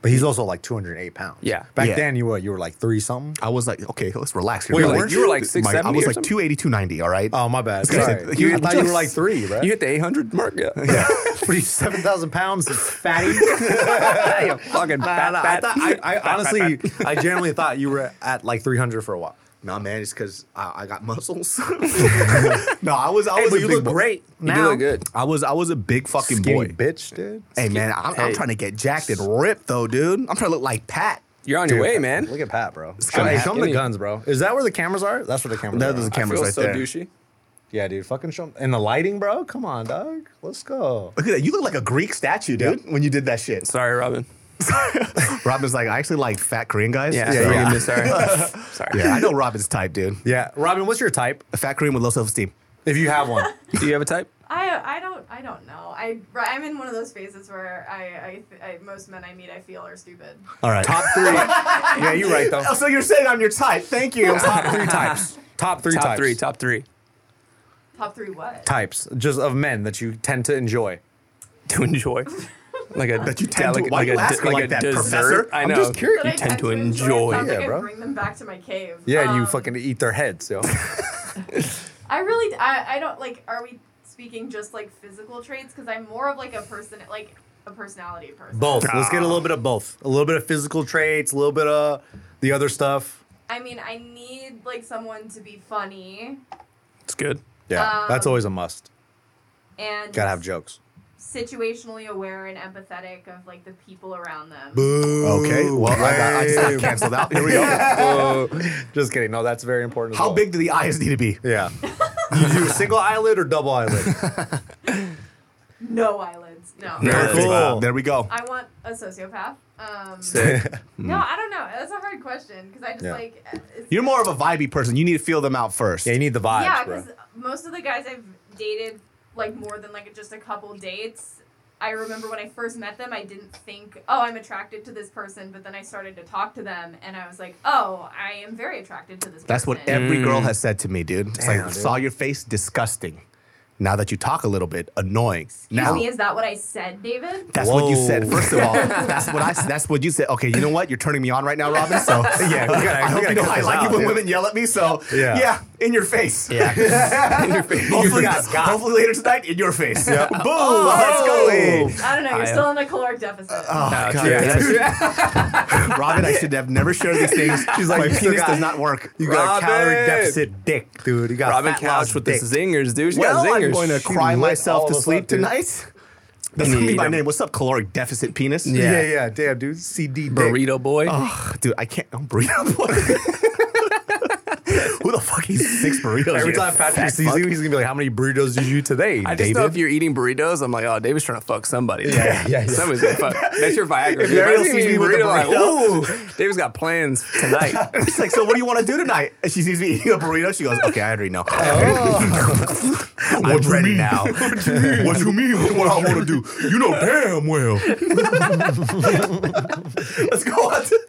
But he's also like 208 pounds. Yeah. Back Yeah. then you were you were like three something. I was like, okay, let's relax. Wait, weren't you? six. I 670 was or like something? 280, 290, all right? Oh my bad. This guy Sorry. said- You- I thought you were like three, right? You hit the 800 mark. Yeah. Pretty seven thousand pounds is fatty. You fucking fat, I, fat. thought, I, I Fat, fat, honestly, fat. I generally thought you were at like 300 for a while. No, man, it's because I, I got muscles. no, I was. I Hey, was. but a you big look boy. great You do now. look good. I was. I was a big fucking boy. Skinny bitch, dude. Hey man, I'm, I'm Hey. trying to get jacked and ripped though, dude. I'm trying to look like Pat. You're on your way, man. Look at Pat, bro. kinda Hey, show them the skinny. guns, bro. Is that where the cameras are? That's where the cameras No, are. there's the I cameras feel right so there. douchey. Yeah, dude. Fucking show 'em. And the lighting, bro. Come on, dog. Let's go. Look at that. You look like a Greek statue, dude. When you did that shit. Sorry, Robin. Robin's like, I actually like fat Korean guys. Yeah, so- sorry, Miss, sorry. sorry. Yeah, I know Robin's type, dude. Yeah, Robin, what's your type? A fat Korean with low self esteem. If you have one, Do you have a type? I, I don't I don't know. I I'm in one of those phases where I, I, I most men I meet I feel are stupid. All right. Top three. yeah, you're right though. Oh, so you're saying I'm your type? Thank you. Top three types. Top three top types. three. Top three. Top three what? types just of men that you tend to enjoy. To enjoy. Like a That you tend to- why you de- asking like that, professor? I I'm know. just curious. That You I tend to It enjoy. sounds like Yeah, I bro. bring them back to my cave. Yeah, you Um, fucking eat their heads, yo. I really, I, I don't like. Are we speaking just like physical traits? Because I'm more of like a person, like a personality person. both. Let's get a little bit of both. A little bit of physical traits, a little bit of the other stuff. I mean, I need like someone to be funny It's good. Yeah, Um, that's always a must. and Gotta have jokes. situationally aware and empathetic of like the people around them. Boo. Okay. Well, I got, I just got canceled out. Here we go. Just kidding. No, that's very important. as How well. big do the eyes need to be? Yeah. you do single eyelid or double eyelid? No eyelids. No. Perfect. Cool. There we go. I want a sociopath. Um, Sick. no, I don't know. That's a hard question because I just Yeah. like. uh, it's- Mm. You're more of a vibey person. You need to feel them out first. Yeah, you need the vibes, yeah, bro. because most of the guys I've dated, like more than like just a couple dates. I remember when I first met them, I didn't think, oh, I'm attracted to this person, but then I started to talk to them, and I was like, oh, I am very attracted to this. That's person. what every Mm. girl has said to me, dude. It's like, Damn, dude. saw your face, disgusting. Now that you talk a little bit, annoying. Excuse Now, me, is that what I said, David? that's what you Whoa. said. First of all, that's what I. That's what you said. Okay, you know what? You're turning me on right now, Robin. So yeah, we gotta- we I hope gotta you know cut I this like out, it when dude. women yell at me. So Yeah. yeah, in your face. Yeah, in your face. You Hopefully, got got. hopefully later tonight, in your face. Yeah. Boom. Oh. Let's go. I don't know. You're I- still in a caloric deficit. Oh, God, yeah, dude. Robin, I should have never shared these things. She's like, you my still penis got- does not work. You got a calorie Robin! deficit dick, dude. You got Robin fat Couch loss with dick. the zingers, dude. She well, got zingers. I'm going to She cry lit myself all to of us sleep up, dude. tonight. That's gonna be Need my him. name. What's up, caloric deficit penis? Yeah. yeah, Yeah. damn, dude. CD dick. Burrito boy. Ugh, dude, I can't. I'm burrito boy. Who the fuck eats six burritos? Every you time Patrick fat sees fuck? you, he's gonna be like, "How many burritos did you today, I just David?" know if you're eating burritos, I'm like, oh, David's trying to fuck somebody. Yeah, yeah, yeah. Somebody's gonna fuck. That's your Viagra. If dude. Ariel I sees eating me with a burrito- like, ooh, David's got plans tonight. It's like, so what do you want to do tonight? And she sees me eating a burrito. She goes, okay, I already know. Oh. I'm ready now. what you mean? What I want to do? You know damn well. Let's go on to,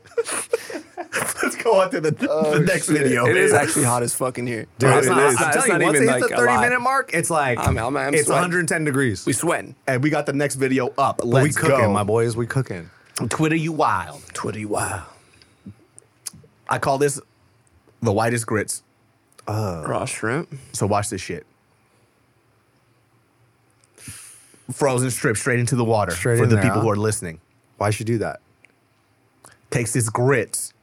let's go on to the, Oh, the next video. It is actually hot as fuck in here. Dude, It's it not- is. it's I'm not- it's telling not you, once even it hits like the a 30 lie. minute mark, it's like I'm- I'm- I'm it's sweating. 110 degrees. We sweating. and we got the next video up. Let's we cooking, go. my boys. We cooking. Twitter you wild. Twitter, you wow. I call this the whitest grits. Raw shrimp. So watch this shit. Frozen strip straight into the water Straight for in the there, people huh? who are listening. Why should you do that? Takes this grits,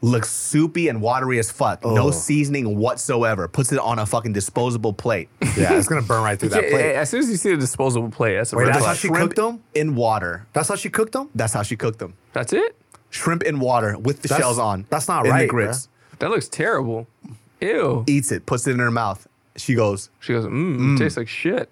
looks soupy and watery as fuck, no Oh. seasoning whatsoever. Puts it on a fucking disposable plate. Yeah, it's gonna burn right through that Yeah, plate. yeah, as soon as you see the disposable plate, that's a Wait, red that's flag. how she Shrimp cooked them. in water. That's how she cooked them. That's how she cooked them. That's it. Shrimp in water with the That's- shells on. that's not in right, The grits That looks terrible. Ew. eats it, puts it in her mouth. She goes. She goes, mmm, tastes like shit.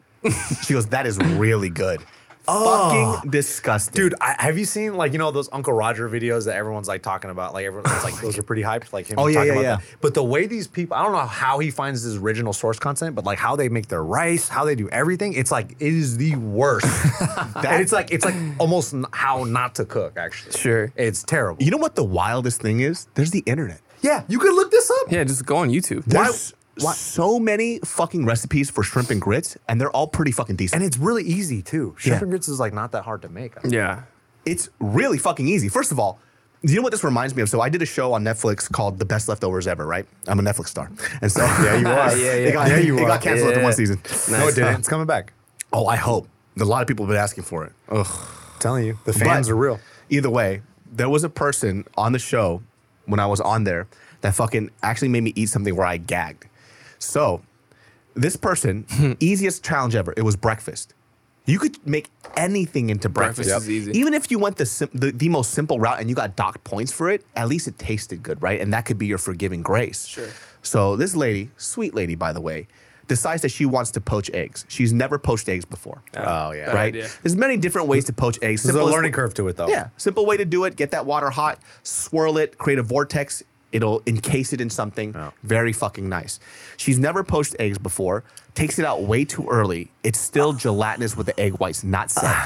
She goes. That is really good. Fucking disgusting, Oh. Dude, I, have you seen like you know those Uncle Roger videos that everyone's like talking about? Like everyone's like those are pretty hyped. Like him Oh, yeah, talking yeah, about yeah. that. But the way these people, I don't know how he finds his original source content, but like how they make their rice, how they do everything, it's like it is the worst. and it's like it's like almost n- how not to cook. Actually, Sure. it's terrible. You know what the wildest thing is? There's the internet. yeah, you could look this up. Yeah, just go on YouTube. There's so many fucking recipes for shrimp and grits, and they're all pretty fucking decent. And it's really easy too. Shrimp Yeah. and grits is like not that hard to make. Yeah. It's really fucking easy. First of all, you know what this reminds me of? So I did a show on Netflix called The Best Leftovers Ever, right? I'm a Netflix star. And so Yeah, you yeah, are. It got, Yeah, you it are. got canceled after Yeah. one season. No, it didn't. It's coming back. Oh, I hope. A lot of people have been asking for it. Ugh. Telling you. The fans are real. Either way, there was a person on the show when I was on there that fucking actually made me eat something where I gagged. So this person, easiest challenge ever, it was breakfast. You could make anything into breakfast. Breakfast is easy. Even if you went the, sim- the the most simple route and you got docked points for it, at least it tasted good, right? And that could be your forgiving grace. Sure. So this lady, sweet lady, by the way, decides that she wants to poach eggs. She's never poached eggs before. Oh yeah. right. Bad idea. There's many different ways to poach eggs. There's a Simplest learning wa- curve to it, though. Yeah, simple way to do it: get that water hot, swirl it, create a vortex. It'll encase it in something very fucking nice. She's never poached eggs before. Takes it out way too early. It's Ah. still gelatinous with the egg whites not set.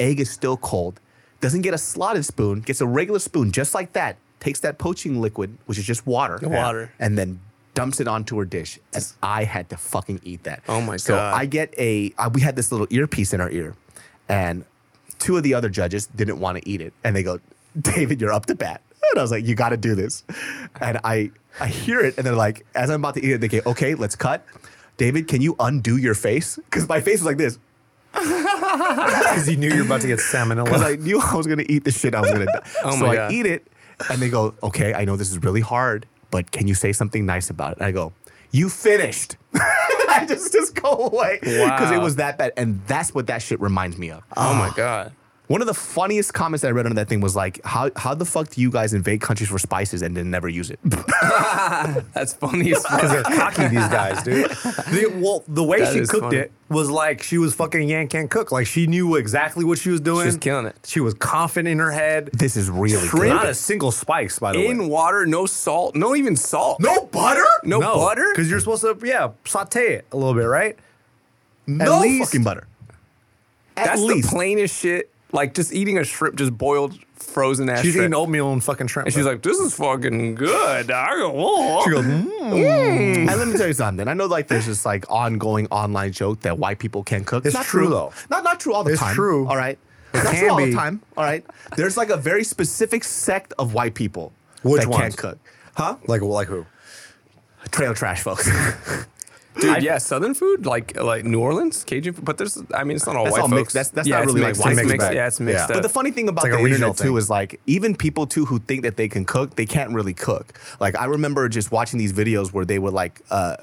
Egg is still cold. Doesn't get a slotted spoon. Gets a regular spoon just like that. Takes that poaching liquid, which is just water, The water. and then dumps it onto her dish. And I had to fucking eat that. Oh my So God. I get a, I, we had this little earpiece in our ear, and two of the other judges didn't want to eat it. And they go, David, you're up to bat. And I was like, you got to do this. And I, I hear it, and they're like, as I'm about to eat it, they go, okay, let's cut. David, can you undo your face? Because my face was like this. Because you knew you're about to get salmonella. Because I knew I was going to eat the shit I was going to die. Oh so my I God. eat it, and they go, okay, I know this is really hard, but can you say something nice about it? And I go, you finished. I just just go away because it Wow. was that bad, and that's what that shit reminds me of. Oh my god. One of the funniest comments that I read on that thing was like, "How how the fuck do you guys invade countries for spices and then never use it?" That's funny as fuck. Because they're cocky, these guys, dude. The, well, the way That she is cooked funny. it was like she was fucking Yan Can Cook. Like she knew exactly what she was doing. She's killing it. She was confident in her head. This is really Shrimp, good. Not a single spice, by the In way. water, no salt, no even salt. No butter? No, butter? Because you're supposed to, yeah, saute it a little bit, right? no fucking butter. At That's least. the plainest shit. Like just eating a shrimp, just boiled, frozen ass She's shrimp. eating oatmeal and fucking shrimp. and she's bro. like, this is fucking good. I go, whoa. she goes, mm. And let me tell you something. I know like there's this like ongoing online joke that white people can't cook. It's true, though. Not not true all the It's time. true. All right. It not can true all be. the time. All right. There's like a very specific sect of white people Which that ones? can't cook. Huh? like, like who? Trail trash folks. Dude, yeah, Southern food, like like New Orleans, Cajun food, but there's, I mean, it's not all That's Oh, white all folks. mixed. That's- that's yeah, not it's really, like, mixed. white It's mixed mixed. bag. Yeah, it's mixed Yeah. up. But the funny thing about like the a regional internet too thing. is like even people too who think that they can cook, they can't really cook. Like I remember just watching these videos where they would like uh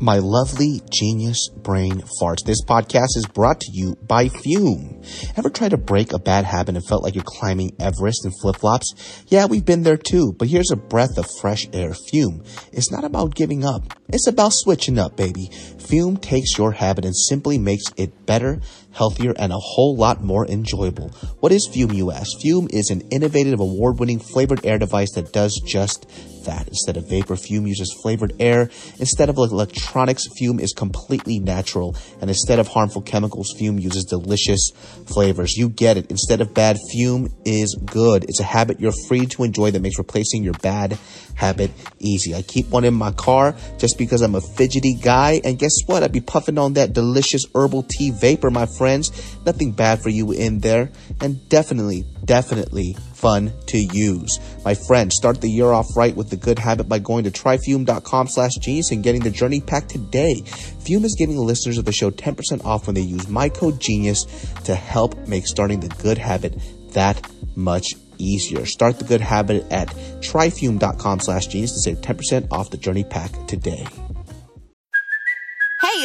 My lovely genius brain farts. This podcast is brought to you by Fume. Ever tried to break a bad habit and felt like you're climbing Everest in flip flops? Yeah, we've been there too, but here's a breath of fresh air. Fume. It's not about giving up. It's about switching up, baby. Fume takes your habit and simply makes it better, healthier, and a whole lot more enjoyable. What is Fume, you ask? Fume is an innovative award-winning flavored air device that does just that. Instead of vapor, fume uses flavored air. Instead of electronics, fume is completely natural. And instead of harmful chemicals, fume uses delicious flavors. You get it. Instead of bad, fume is good. It's a habit you're free to enjoy that makes replacing your bad habit easy. I keep one in my car just because I'm a fidgety guy. And guess what? I'd be puffing on that delicious herbal tea vapor, my friends. Nothing bad for you in there. And definitely, definitely fun to use. My friends, start the year off right with the good habit by going to tryfume.com slash genius and getting the journey pack today. Fume is giving the listeners of the show 10% off when they use my code genius to help make starting the good habit that much easier. Start the good habit at tryfume.com slash genius to save 10% off the journey pack today. Hey,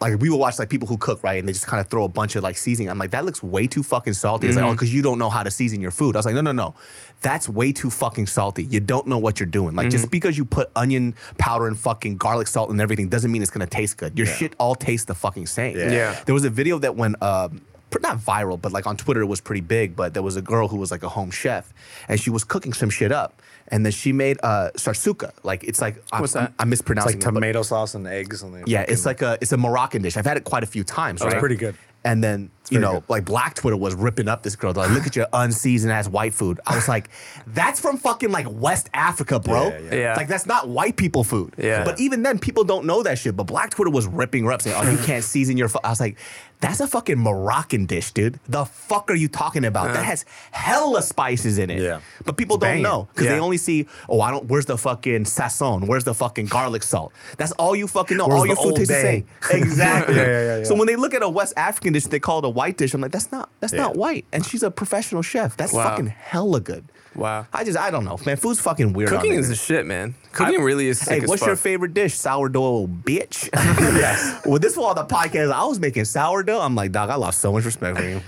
like we will watch like people who cook right and they just kind of throw a bunch of like seasoning. I'm like that looks way too fucking salty. It's like oh Mm-hmm. because you don't know how to season your food. I was like no no no, that's way too fucking salty. You don't know what you're doing. Like Mm-hmm. just because you put onion powder and fucking garlic salt and everything doesn't mean it's gonna taste good. Your shit all tastes the fucking same. Yeah. Yeah. There was a video that when um pr- not viral, but like on Twitter it was pretty big. But there was a girl who was like a home chef, and she was cooking some shit up, and then she made uh, sarsuka. Like it's like I- What's I'm, that? I'm mispronouncing It's it, like but- tomato sauce and eggs and they yeah, fucking- it's like a it's a Moroccan dish. I've had it quite a few times. Oh, it's right? pretty good. And then you know, like Black Twitter was ripping up this girl. They're Like, look at your unseasoned ass white food. I was like, that's from fucking like West Africa, bro. Yeah, yeah. Yeah. Like that's not white people food. Yeah. But even then, people don't know that shit. But Black Twitter was ripping her up, saying, "Oh, you can't season your." Fu-. I was like, that's a fucking Moroccan dish, dude. The fuck are you talking about? Uh-huh. That has hella spices in it. Yeah. But people don't Banging. know because they Yeah. only see, oh, I don't. Where's the fucking sazon? Where's the fucking garlic salt? That's all you fucking know. Where's all the Oh, your food Old tastes Bay? the same. Exactly. Yeah, yeah, yeah, yeah. So when they look at a West African dish, they call it a white dish. I'm like, that's not that's Yeah. not white. And she's a professional chef. That's Wow. fucking hella good. Wow. I just I don't know, man. Food's fucking weird. Cooking on is there. the shit, man. Cooking really is Hey, sick as what's your fuck. favorite dish? Sourdough, bitch. yes. Well, this was all the podcast. I was making sourdough. I'm like, dog, I lost so much respect for you.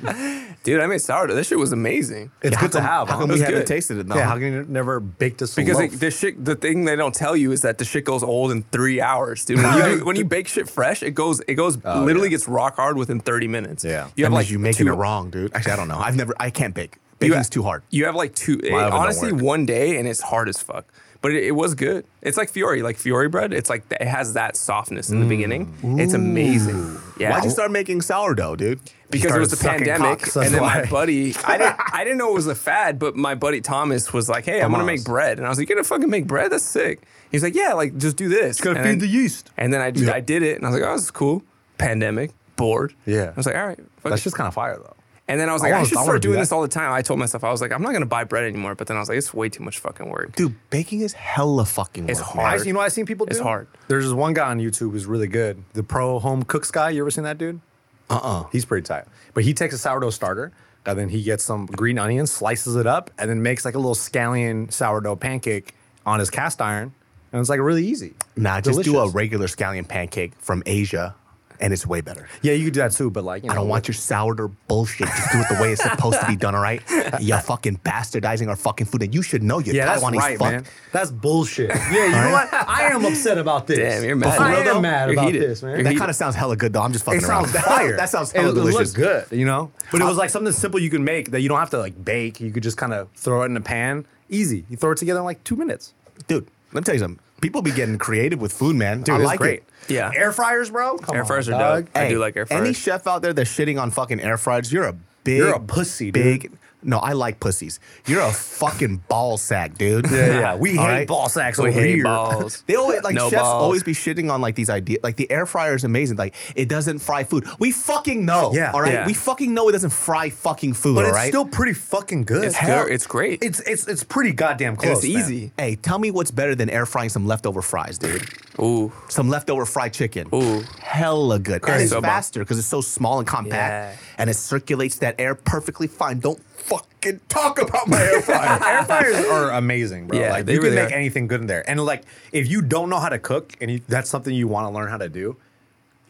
Dude, I made sourdough. That shit was amazing. It's good to have, How huh? come we It was haven't good. tasted it? No. yeah, how can you never bake this Because loaf? it, the shit, the thing they don't tell you is that the shit goes old in three hours, dude. When you, do- when you bake shit fresh, it goes, it goes, Oh, literally gets rock hard within thirty minutes. Yeah, That you means have like you making two- it wrong, dude. Actually, I don't know. I've never. I can't bake. Baking's ha- too hard. You have like two, My oven don't honestly, work. one day, and it's hard as fuck. But it, it was good. It's like Fiore, like Fiore bread. It's like it has that softness Mm. in the beginning. It's amazing. Yeah. Why'd you start making sourdough, dude? because it was the Started sucking pandemic, cocks, that's and then my why. buddy, I didn't, I didn't know it was a fad, but my buddy Thomas was like, "Hey, I'm gonna Thomas. make bread," and I was like, "You gonna fucking make bread? That's sick." He's like, "Yeah, like just do this." gotta and feed then, the yeast. And then I, Yeah. I did it, and I was like, "Oh, this is cool." Pandemic, bored. Yeah. I was like, "All right." fuck That's it." just kind of fire though. And then I was I like, I, wanna- should I wanna start do doing that. this all the time. I told myself, I was like, I'm not gonna buy bread anymore. But then I was like, it's way too much fucking work. Dude, baking is hella fucking. It's work, hard. man. I, you know what I've seen people do? It's hard. There's this one guy on YouTube who's really good. The pro home cooks guy. You ever seen that dude? Uh-uh. He's pretty tight. But he takes a sourdough starter and then he gets some green onions, slices it up, and then makes like a little scallion sourdough pancake on his cast iron. And it's like really easy. Nah, just do a Delicious. regular scallion pancake from Asia, and it's way better. Yeah, you could do that too, but like, you know, I don't want your sourdough bullshit. Just do it the way it's supposed to be done, all right? You fucking bastardizing our fucking food, and you should know you Yeah, that's Taiwanese right, fuck. man. That's bullshit. Yeah, you know what? I am upset about this. Damn, you're mad. I For real, am though? mad You're about heated. this, man. You're That He- kind of sounds hella good, though. I'm just fucking It around. sounds fire. that sounds it, hella delicious. It looked good, you know. But it was like something simple you can make that you don't have to like bake. You could just kind of throw it in a pan. Easy. You throw it together in like two minutes. Dude, let me tell you something. People be getting creative with food, man. Dude, I it's like great. it. Yeah. Air fryers, bro. Come Air on, fryers are dog. dope. I Hey, do like air fryers. Any chef out there that's shitting on fucking air fryers, you're a big, You're a pussy, dude. big. No, I like pussies. You're a fucking ball sack, dude. Yeah, yeah. We All hate right? ball sacks We over hate here. balls. They always like No chefs balls. always be shitting on like these ideas. Like the air fryer is amazing. Like it doesn't fry food. We fucking know. Yeah. All right. Yeah. We fucking know it doesn't fry fucking food. But all it's right. still pretty fucking good. It's Hell, good. It's great. It's it's it's pretty goddamn And close. it's easy. hey, tell me what's better than air frying some leftover fries, dude. Ooh. Some leftover fried chicken. Ooh. Hella good. And it's so bomb. faster because it's so small and compact Yeah. and it circulates that air perfectly fine. Don't fucking talk about my air fryer. air fryers are amazing, bro. Yeah, like they you really can make are. anything good in there. And like if you don't know how to cook and you, that's something you want to learn how to do,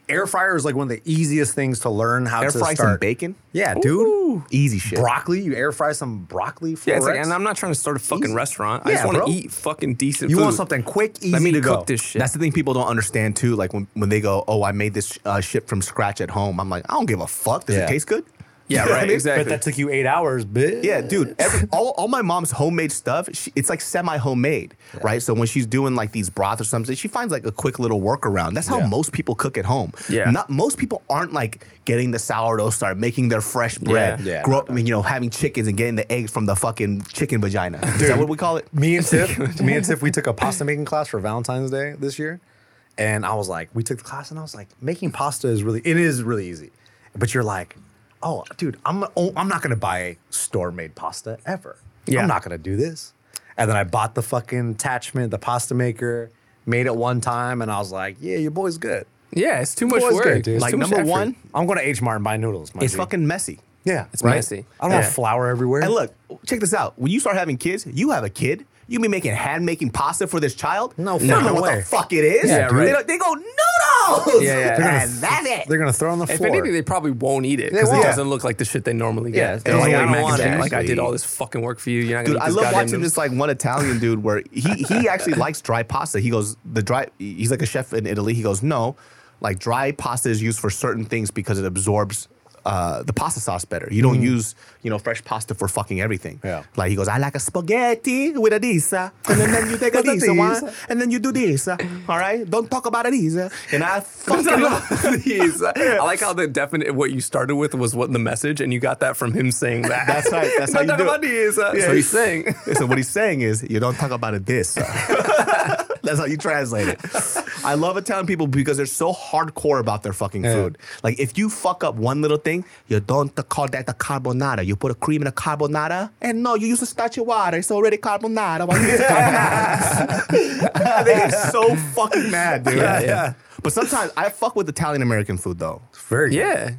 air fryer is like one of the easiest things to learn how air to fry some start. bacon. Yeah, dude. Easy shit. Broccoli, you air fry some broccoli for Yeah, it's like, and I'm not trying to start a fucking Easy. restaurant. I Yeah, just want bro. to eat fucking decent. You food. want something quick, Let easy me to go. cook this shit. That's the thing people don't understand too. Like when, when they go, "Oh, I made this uh, shit from scratch at home." I'm like, I don't give a fuck. Does Yeah. it taste good? Yeah, You know what right, I mean? exactly. But that took you eight hours, bitch. Yeah, dude. Every, all, all my mom's homemade stuff, she, it's like semi homemade, right? So when she's doing like these broth or something, she finds like a quick little workaround. That's how Yeah. most people cook at home. Yeah. Not most people aren't like getting the sourdough start, making their fresh bread, Yeah. Yeah. grow, I mean, you know, having chickens and getting the eggs from the fucking chicken vagina. Is that what we call it? me and Tiff, me and Tiff, we took a pasta making class for Valentine's Day this year, and I was like, we took the class, and I was like, making pasta is really, it is really easy, but you're like, oh, dude, I'm oh, I'm not gonna buy store made pasta ever. Yeah. I'm not gonna do this. And then I bought the fucking attachment, the pasta maker, made it one time, and I was like, yeah, your boy's good. yeah, it's too much Boy's work. good, dude. It's Like, too much number effort. one, I'm going to H Mart and buy noodles. my It's dude. fucking messy. yeah, it's right? messy. I don't Yeah. have flour everywhere. And look, check this out. When you start having kids, you have a kid. You be making hand making pasta for this child. No They don't know fucking what way. the fuck it is. Yeah, They right. don't- They, go noodles. Yeah, yeah. And They're gonna that's it. they're gonna throw on the If floor. anything, they probably won't eat it because it won't. doesn't look like the shit they normally get. Yeah, They're like, totally I don't want it. exactly. Like I did all this fucking work for you. You're not Dude, gonna I eat this love goddamn watching noodle. this like one Italian dude where he he actually likes dry pasta. He goes the dry. He's like a chef in Italy. He goes no, like dry pasta is used for certain things because it absorbs uh, the pasta sauce better. You don't use you know fresh pasta for fucking everything. Mm-hmm. Yeah. Like he goes, I like a spaghetti with a this, uh, and then, then you take a With a this uh, this. one, and then you do this. uh, All right, don't talk about a this. uh, And I fucking love Jeez. I like how the definite what you started with was what the message, and you got that from him saying that. That's right. That's how you Not do about it. these, uh, So he's saying. so what he's saying is, you don't talk about it this. That's how you translate it. I love Italian people because they're so hardcore about their fucking food. Like if you fuck up one little thing, you don't call that a carbonara. You put a cream in a carbonara, and no, you use a starchy water. It's already carbonara. Why you use carbonara? they get so fucking mad, dude. Yeah, yeah. But sometimes I fuck with Italian American food though. Very good. Yeah.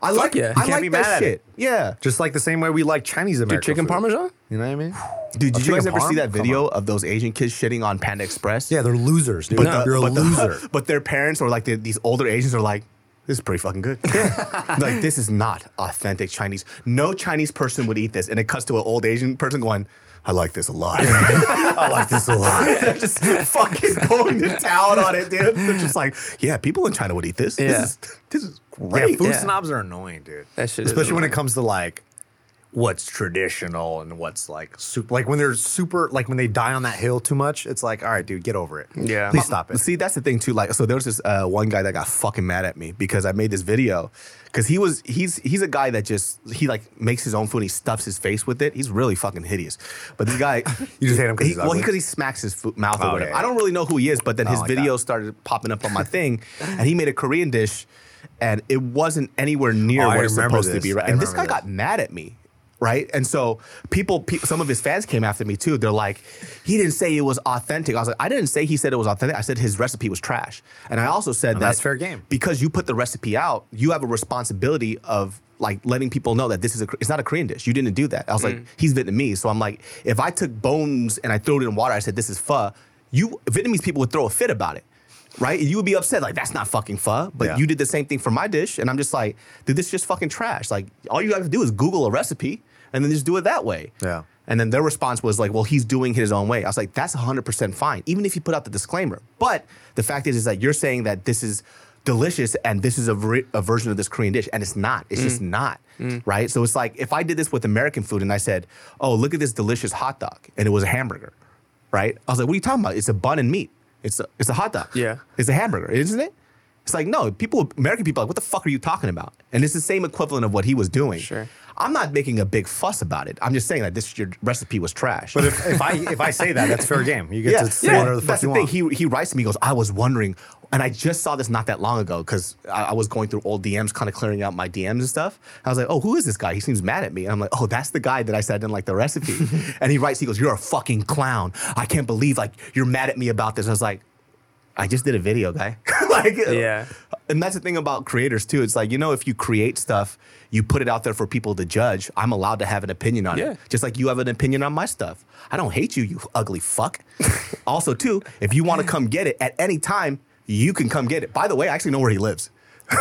I Fuck like yeah. yeah. You I can't like be that mad at it. shit. Yeah. Just like the same way we like Chinese American chicken food. parmesan? You know what I mean? Dude, A did you guys chicken ever parm? see that Come video of those Asian kids shitting on Panda Express? Yeah, they're losers, dude. the- You're a the- loser. but their parents or like the, these older Asians are like, this is pretty fucking good. like this is not authentic Chinese. No Chinese person would eat this, and it cuts to an old Asian person going, "I like this a lot. I like this a lot." They're just fucking going to town on it, dude. They're just like, "Yeah, people in China would eat this. Yeah. This is this is Yeah, great." food snobs are annoying, dude. That shit is Especially when it annoying. comes to like what's traditional and what's like super like when they're super like when they die on that hill too much, it's like, all right, dude, get over it. Yeah. Please stop it. See, that's the thing too. Like, so there was this uh, one guy that got fucking mad at me because I made this video. Cause he was he's he's a guy that just he like makes his own food. And he stuffs his face with it. He's really fucking hideous. But this guy, You just hate him 'cause he- he's well, ugly? because he smacks his food, mouth Oh, or whatever. yeah, yeah. I don't really know who he is, but then I his like that. video started popping up on my thing, and he made a Korean dish, and it wasn't anywhere near Oh, I what it's remember supposed to this. be. Right, I and this guy remember got mad at me right? And so people, pe- some of his fans came after me too. They're like, he didn't say it was authentic. I was like, I didn't say he said it was authentic. I said his recipe was trash. And I also said And that that's fair game. because you put the recipe out, you have a responsibility of like letting people know that this is a it's not a Korean dish. You didn't do that. I was like, he's Vietnamese, so I'm like, if I took bones and I threw it in water, I said this is pho. You Vietnamese people would throw a fit about it. Right, you would be upset like that's not fucking pho, but Yeah. you did the same thing for my dish, and I'm just like, dude, this is just fucking trash. Like, all you have to do is Google a recipe and then just do it that way. Yeah. And then their response was like, well, he's doing it his own way. I was like, that's 100% fine, even if you put out the disclaimer. But the fact is, is that you're saying that this is delicious and this is a, ver- a version of this Korean dish, and it's not. It's just not, right? So it's like, if I did this with American food and I said, oh, look at this delicious hot dog, and it was a hamburger, right? I was like, what are you talking about? It's a bun and meat. It's a, it's a hot dog. Yeah. It's a hamburger, isn't it? It's like, no, people, American people are like, what the fuck are you talking about? And it's the same equivalent of what he was doing. Sure. I'm not making a big fuss about it. I'm just saying that this your recipe was trash. But if, if I if I say that, that's fair game. You get yeah, to say yeah, whatever the fuck that's you the thing. want. He he writes to me, he goes, I was wondering, and I just saw this not that long ago because I, I was going through old DMs, kind of clearing out my DMs and stuff. I was like, oh, who is this guy? He seems mad at me. And I'm like, oh, that's the guy that I said I didn't like the recipe. and he writes, he goes, you're a fucking clown. I can't believe like you're mad at me about this. I was like, I just did a video, guy. like, Yeah. And that's the thing about creators too. It's like you know, if you create stuff, you put it out there for people to judge. I'm allowed to have an opinion on Yeah. it, just like you have an opinion on my stuff. I don't hate you, you ugly fuck. also, too, if you want to come get it at any time, you can come get it. By the way, I actually know where he lives.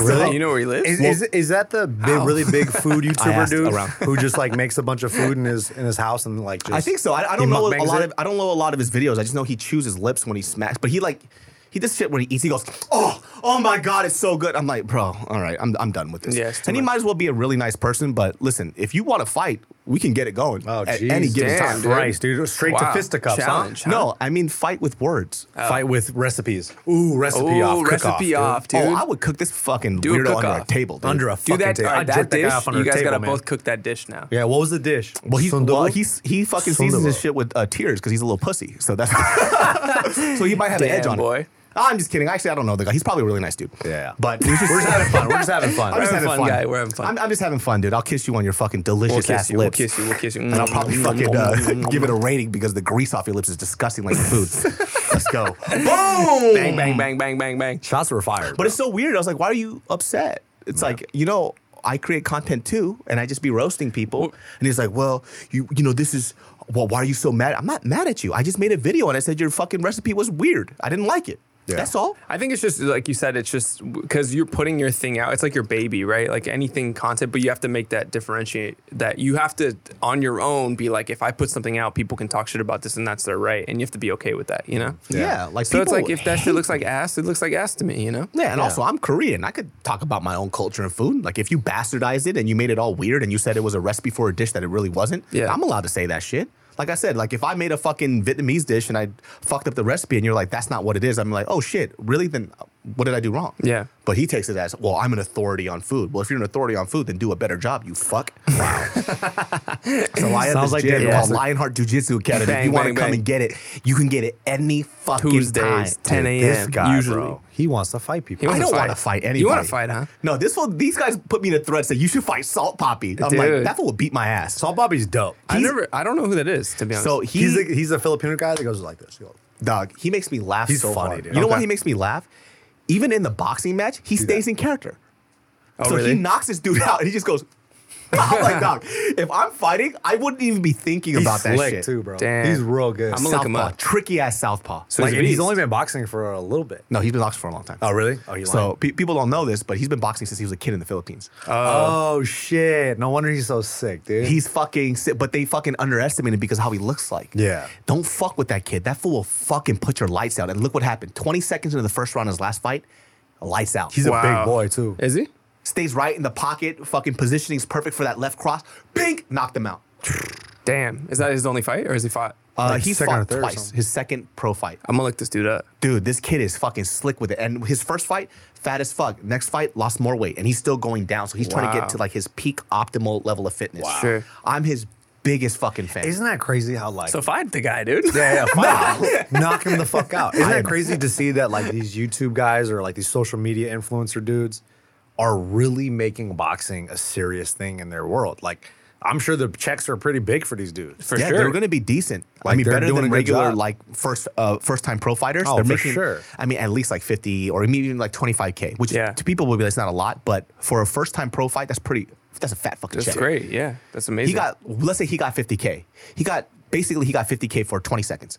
Really? You know where he lives? Is, is, is that the big, really big food YouTuber asked dude around. who just like makes a bunch of food in his in his house and like just I think so. I, I he don't know a mukbangs lot it? of I don't know a lot of his videos. I just know he chews his lips when he smacks. But he like he does shit when he eats. He goes, oh, oh my god, it's so good. I'm like, bro, all right, I'm I'm done with this. Yeah, it's too and he much. might as well be a really nice person. But listen, if you want to fight, we can get it going Oh, at jeez, any given damn, time. dude. Christ, dude. Straight to fisticups, huh? Challenge, huh? No, I mean fight with words. Fight with recipes. Ooh, recipe Oh. Ooh, off. cook recipe off. off, dude. Oh, I would cook this fucking Do a weirdo under a cook-off. table, dude. Under a Do fucking that, table. all right, I'd jerk that that guy dish. off under you a guys table, gotta man. both cook that dish now. Yeah, what was the dish? Well, he's, Sundubu? well he's, he fucking seasons his Sundubu. shit with uh, tears because he's a little pussy. So that's so he might have an edge Damn, on boy. it. Ah, I'm just kidding. Actually, I don't know the guy. He's probably a really nice dude. Yeah. but he's just- We're just having fun. We're just having fun. I'm just We're having having fun, fun, guy. We're having fun. I'm, I'm just having fun, dude. I'll kiss you on your fucking delicious We'll kiss ass you. We'll lips. kiss you. We'll kiss you. And I'll probably Mm, fucking mm, uh, mm, mm, give it a mm. rating because the grease off your lips is disgusting like food. Let's go. Boom. bang, bang, bang, bang, bang, bang. Shots were fired. But it's so weird. I was like, why are you upset? It's like, you know, I create content too, and I just be roasting people. and he's like, well, you you know, this is well, why are you so mad? I'm not mad at you. I just made a video and I said your fucking recipe was weird. I didn't like it. That's all. I think it's just like you said. It's just because you're putting your thing out. It's like your baby, right? Like anything content, but you have to make that differentiate. That you have to on your own be like, if I put something out, people can talk shit about this, and that's their right, and you have to be okay with that, you know? Yeah, Yeah, Mm-hmm. like, so. It's people like if that hate shit looks like ass, it looks like ass to me, you know? Yeah, and also I'm Korean. I could talk about my own culture and food. Like if you bastardized it and you made it all weird and you said it was a recipe for a dish that it really wasn't, yeah. I'm allowed to say that shit. Like I said, like if I made a fucking Vietnamese dish and I fucked up the recipe and you're like, that's not what it is, I'm like, oh shit, really? Then what did I do wrong? Yeah. But he takes it as, well, I'm an authority on food. Well, if you're an authority on food, then do a better job, you fuck. Wow. so I have Sounds this like gym David called Hasselhoff. Lionheart Jiu Jitsu Academy. if Bang, you want to bang, come bang. and get it, you can get it any fucking Tuesdays, time. 10 Dude, this a.m. guy, usually. bro. He wants to fight people. I don't want to fight anybody. You want to fight, huh? No, this fool. These guys put me in a threat. Say you should fight Salt Poppy. I'm like Dude. that fool will beat my ass. Salt Poppy's dope. I never. I don't know who that is to be honest. So he- He's a- he's a Filipino guy that goes like this. Dog, he makes me laugh He's so funny, hard. dude. You know why Okay. he makes me laugh? Even in the boxing match, he stays in character. Oh, so really? he knocks this dude out. and He just goes. I'm like, dog. If I'm fighting, I wouldn't even be thinking He's about that slick, shit, too, bro. Damn. He's real good. I'ma look him Southpaw, up. Tricky ass southpaw. So like, he's a and he's beast. only been boxing for a little bit. no, he's been boxing for a long time. Oh, really? Oh, you so pe- people don't know this, but he's been boxing since he was a kid in the Philippines. Oh shit! No wonder he's so sick, dude. He's fucking sick, but they fucking underestimated because of how he looks like. Yeah. Don't fuck with that kid. That fool will fucking put your lights out. And look what happened. 20 seconds into the first round of his last fight, lights out. He's a big boy too. Is he? Stays right in the pocket, fucking positioning's perfect for that left cross. Bing! Knocked him out. Damn. Is that his only fight, or has he fought? Uh, Like he second or fought third or twice. something. His second pro fight. I'm gonna look this dude up. Dude, this kid is fucking slick with it. And his first fight, fat as fuck. Next fight, lost more weight. And he's still going down. So he's trying to Wow. get to like his peak optimal level of fitness. Wow. Sure. I'm his biggest fucking fan. Isn't that crazy how like So fight the guy, dude. yeah, yeah, fight him. knock him the fuck out? Isn't I that am- crazy to see that like these YouTube guys or like these social media influencer dudes are really making boxing a serious thing in their world? Like, I'm sure the checks are pretty big for these dudes. For yeah, sure. they're going to be decent. I Like, mean, they're better doing a than good regular job. like first uh, first time pro fighters. Oh, they're for making, sure. I mean, at least like fifty or maybe even like twenty five k, which Yeah. to people would be that's not a lot, but for a first time pro fight, that's pretty. That's a fat fucking. That's check. great. Yeah, that's amazing. He got let's say he got fifty k. He got basically he got fifty k for twenty seconds.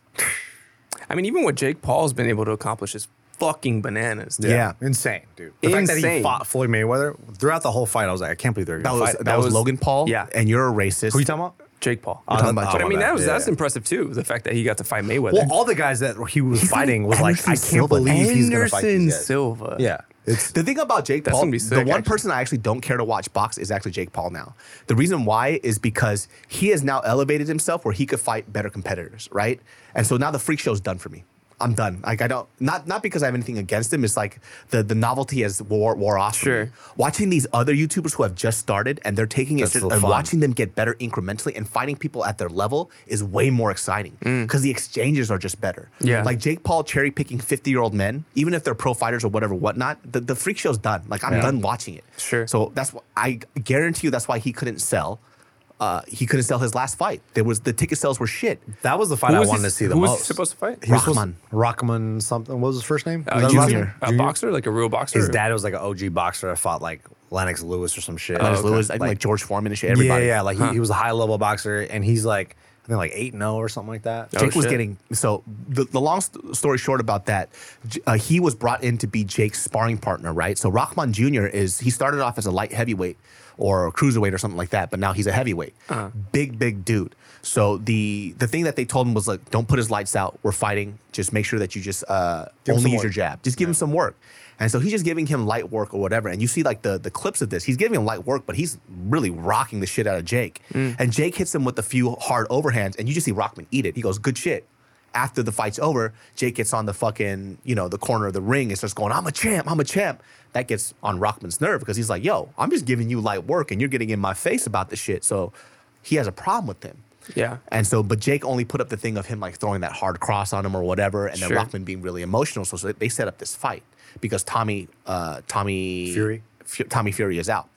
I mean, even what Jake Paul's been able to accomplish is fucking bananas. Dude. Yeah. insane, dude. The fact that he Insane. fought Floyd Mayweather throughout the whole fight, I was like, I can't believe they're That gonna was fight. that, that was, was- Logan Paul. yeah. and you're a racist. Who you talking about? Jake Paul. We're talking about But I Jake mean, Paul. that was Yeah, that's yeah. impressive too. The fact that he got to fight Mayweather. Well, all the guys that he was He's like fighting was like, I Anderson can't Silva. believe he's gonna fight Anderson these guys. Silva. Yeah, it's The thing about Jake That's Paul, gonna be the sick, one actually. person I actually don't care to watch box is actually Jake Paul now. The reason why is because he has now elevated himself where he could fight better competitors, right? And so now the freak show's done for me. I'm done. Like I don't not not because I have anything against him. It's like the the novelty has wore wore off. for Sure. me. Watching these other YouTubers who have just started and they're taking it That's and the fun. watching them get better incrementally and finding people at their level is way more exciting because the exchanges are just better. Yeah. Like Jake Paul cherry picking 50 year old men, even if they're pro fighters or whatever, whatnot, the, the freak show's done. Like I'm done watching it. Sure. So that's why I guarantee you that's why he couldn't sell. Uh, he couldn't sell his last fight. There was the ticket sales were shit. That was the fight I was he- wanted to see the who was most. he supposed to fight? He was supposed- Rahman. Rahman something. What was his first name? Uh, Was that you- his last Junior. name? a Junior? boxer, like a real boxer. His dad was like an OG boxer that fought like Lennox Lewis or some shit. Lennox Lewis, I think like, George Foreman and shit. yeah, Everybody. yeah. Like he, he was a high level boxer, and he's like I think like eight eight zero or something like that. Oh, Jake was shit. getting so the, the long st- story short about that, J- uh, he was brought in to be Jake's sparring partner, right? So Rahman Jr. is he started off as a light heavyweight or a cruiserweight or something like that, but now he's a heavyweight, big big dude. So the the thing that they told him was like, don't put his lights out. We're fighting. Just make sure that you just uh, him only some use your work. jab. Just give him some work. And so he's just giving him light work or whatever. And you see like the the clips of this. He's giving him light work, but he's really rocking the shit out of Jake. And Jake hits him with a few hard overhands, and you just see Rockman eat it. He goes, "Good shit." After the fight's over, Jake gets on the fucking you know the corner of the ring and starts going, "I'm a champ, I'm a champ." That gets on Rockman's nerve because he's like, "Yo, I'm just giving you light work, and you're getting in my face about this shit." So he has a problem with him. Yeah. And so, but Jake only put up the thing of him like throwing that hard cross on him or whatever, and then Sure. Rockman being really emotional. So, so they set up this fight because Tommy, uh, Tommy Fury? Fu- Tommy Fury is out.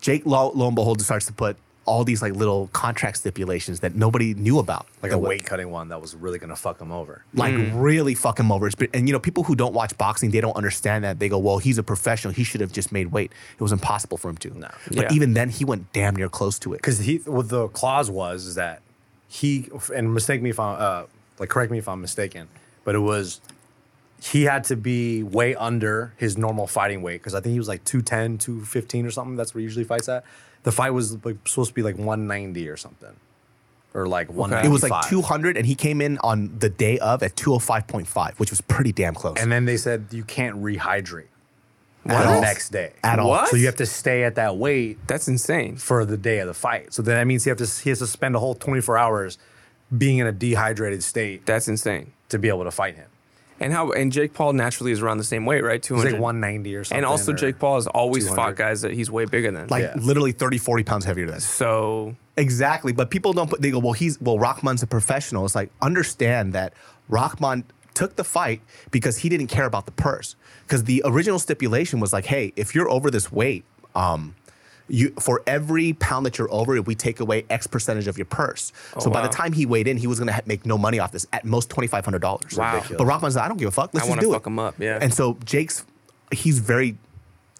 Jake, lo, lo and behold, starts to put all these like little contract stipulations that nobody knew about, Like That a wa- weight cutting one that was really gonna fuck him over. like Mm. really fuck him over. It's been- And you know, people who don't watch boxing, they don't understand that. They go, "Well, he's a professional. He should have just made weight. It was impossible for him to." No. But Yeah. even then, he went damn near close to it. because he what the clause was is that he and mistake me if I'm uh, like correct me if I'm mistaken, but it was he had to be way under his normal fighting weight because I think he was like 210, 215 or something. That's where he usually fights at. The fight was like, supposed to be like 190 or something, or like 195. It was like 200, and he came in on the day of at 205.5, which was pretty damn close. And then they said you can't rehydrate What? the next day At all. What? So you have to stay at that weight. That's insane for the day of the fight. So then that means he have to he has to spend a whole 24 hours being in a dehydrated state. That's insane to be able to fight him. And how and Jake Paul naturally is around the same weight, right? Two like hundred, 190 or something, And also, or Jake Paul has always 200. fought guys that he's way bigger than. like literally 30, 40 pounds heavier than us. So exactly, but people don't put. They go, well, he's well, Rockman's a professional. It's like understand that Rockman took the fight because he didn't care about the purse. Because the original stipulation was like, hey, if you're over this weight, um, you for every pound that you're over, we take away X percentage of your purse. Oh, so by wow. the time he weighed in, he was gonna ha- make no money off this, at most twenty five hundred dollars. Wow. Ridiculous. But Rockman's like, I don't give a fuck. Let's I just want do to it. fuck him up. Yeah. And so Jake's, he's very,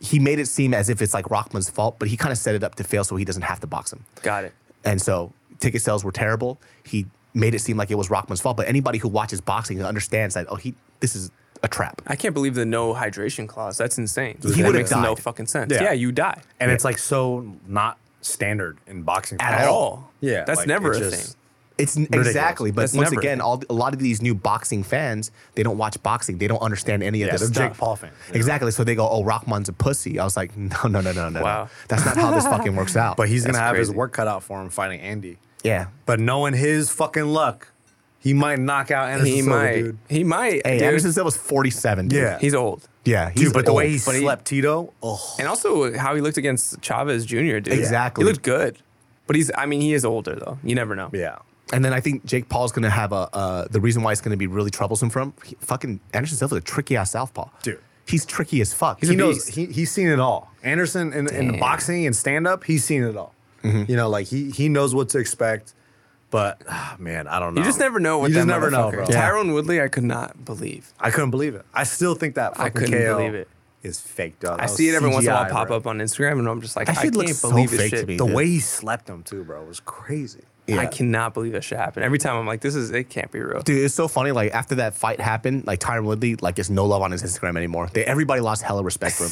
he made it seem as if it's like Rockman's fault, but he kind of set it up to fail so he doesn't have to box him. Got it. And so ticket sales were terrible. He made it seem like it was Rockman's fault, but anybody who watches boxing understands that, oh, he, this is a trap. I can't believe the no hydration clause. That's insane. He That would've makes no died. fucking sense. Yeah. Yeah, you die. And it's like so not standard in boxing At fights. all. Yeah, That's like, never it's a just- thing. It's n- Ridiculous. exactly, but That's once never- again, all the- a lot of these new boxing fans, they don't watch boxing, they don't understand any Yeah, of this they're stuff. Jake Paul fans. Exactly, so they go, "Oh, Rockman's a pussy." I was like, "No, no, no, no, no, wow. no. That's not how this fucking works out." But he's gonna That's have his crazy. work cut out for him fighting Andy. Yeah, But knowing his fucking luck, he might knock out Anderson He Silva, might. dude. He might. Hey, dude. Anderson Silva's 47. Dude. Yeah. He's old. Yeah, Dude, but the way he old. slept Tito, oh, And also how he looked against Chavez Jr. Dude. Exactly. He looked good, but he's. I mean, he is older though. You never know. Yeah. And then I think Jake Paul's going to have a uh, the reason why it's going to be really troublesome for him. He, fucking Anderson Silva's a tricky ass southpaw. Dude, he's tricky as fuck. he knows he, he's seen it all. Anderson in, in boxing and stand up, he's seen it all. You know, like he he knows what to expect. But ah, man, I don't know. You just never know what you that just never know, motherfucker- bro. Tyrone Woodley, I could not believe. I couldn't believe it. I still think that I fucking couldn't KO believe it. is fake, dog. I That was see it every once in a while CGI, pop bro. up on Instagram, and I'm just like, That I shit can't looks so believe this fake to shit. me, The dude. way he slept him too, bro, was crazy. Yeah. I cannot believe this shit happened. Every time I'm like, this is it can't be real. Dude, it's so funny. Like after that fight happened, like Tyron Woodley, like it's no love on his Instagram anymore. They, everybody lost hella respect for him,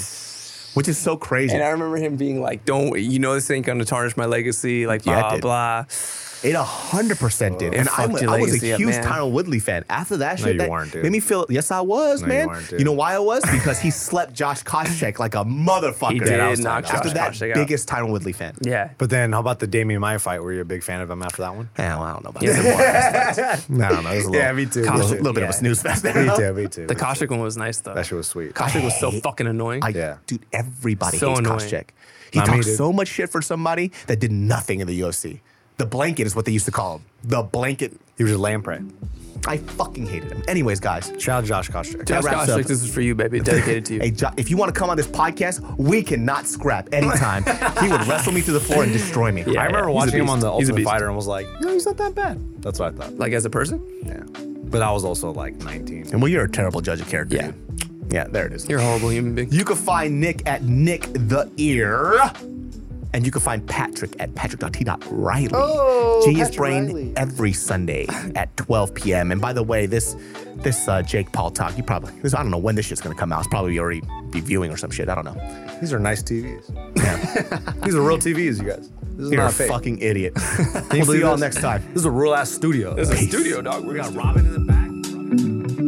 which is so crazy. And I remember him being like, "Don't you know this ain't gonna tarnish my legacy?" Like Yeah, it blah did. blah. It a hundred percent did, It and I, fucked wa- your I was legacy a up, huge man. Tyron Woodley fan. After that No, shit, you that weren't, dude. made me feel. Yes, I was, No, you man. You, weren't, know why I was? Because he slept Josh Koscheck like a motherfucker. He did I was knock after Josh that Koscheck out. biggest Tyron Woodley fan. Yeah. But then how about the Damian Maya fight? Were you a big fan of him after that one? Yeah, Eh, well, I don't know about that. I don't know. It was a little, yeah, me A too. me little, too. little bit of Yeah. a snooze fest. There. me too, me too. The Koshik one was nice though. That shit was sweet. Koshik was so I hate- fucking annoying. I, dude, everybody So hates annoying. Koscheck. He Not me, talks dude. so much shit for somebody that did nothing in the UFC. The blanket is what they used to call him. The blanket. He was a lamprey. I fucking hated him. Anyways, guys. Shout out Josh Koscheck. Josh Koscheck, this is for you, baby. Dedicated to you. Hey, Jo- if you want to come on this podcast, we cannot scrap anytime. he would wrestle me to the floor and destroy me. I remember watching him on the He's a Ultimate beast. Fighter and was like, no, he's not that bad. That's what I thought. Like as a person? Yeah. But I was also like 19. And well, you're a terrible judge of character. Yeah. Yeah, there it is. You're a horrible human being. You can find Nick at Nick the Ear. And you can find Patrick at patrick.t.riley. Oh, Genius Patrick Brain Riley. every Sunday at 12 p.m. And by the way, this this uh, Jake Paul talk, you probably, this, I don't know when this shit's going to come out. It's probably already be viewing or some shit. I don't know. These are nice TVs. These are real TVs, you guys. This is You're not a fake. fucking idiot. you we'll see believe y'all this? next time. This is a real ass studio. This is a Peace. studio, dog. We got Robin in the back.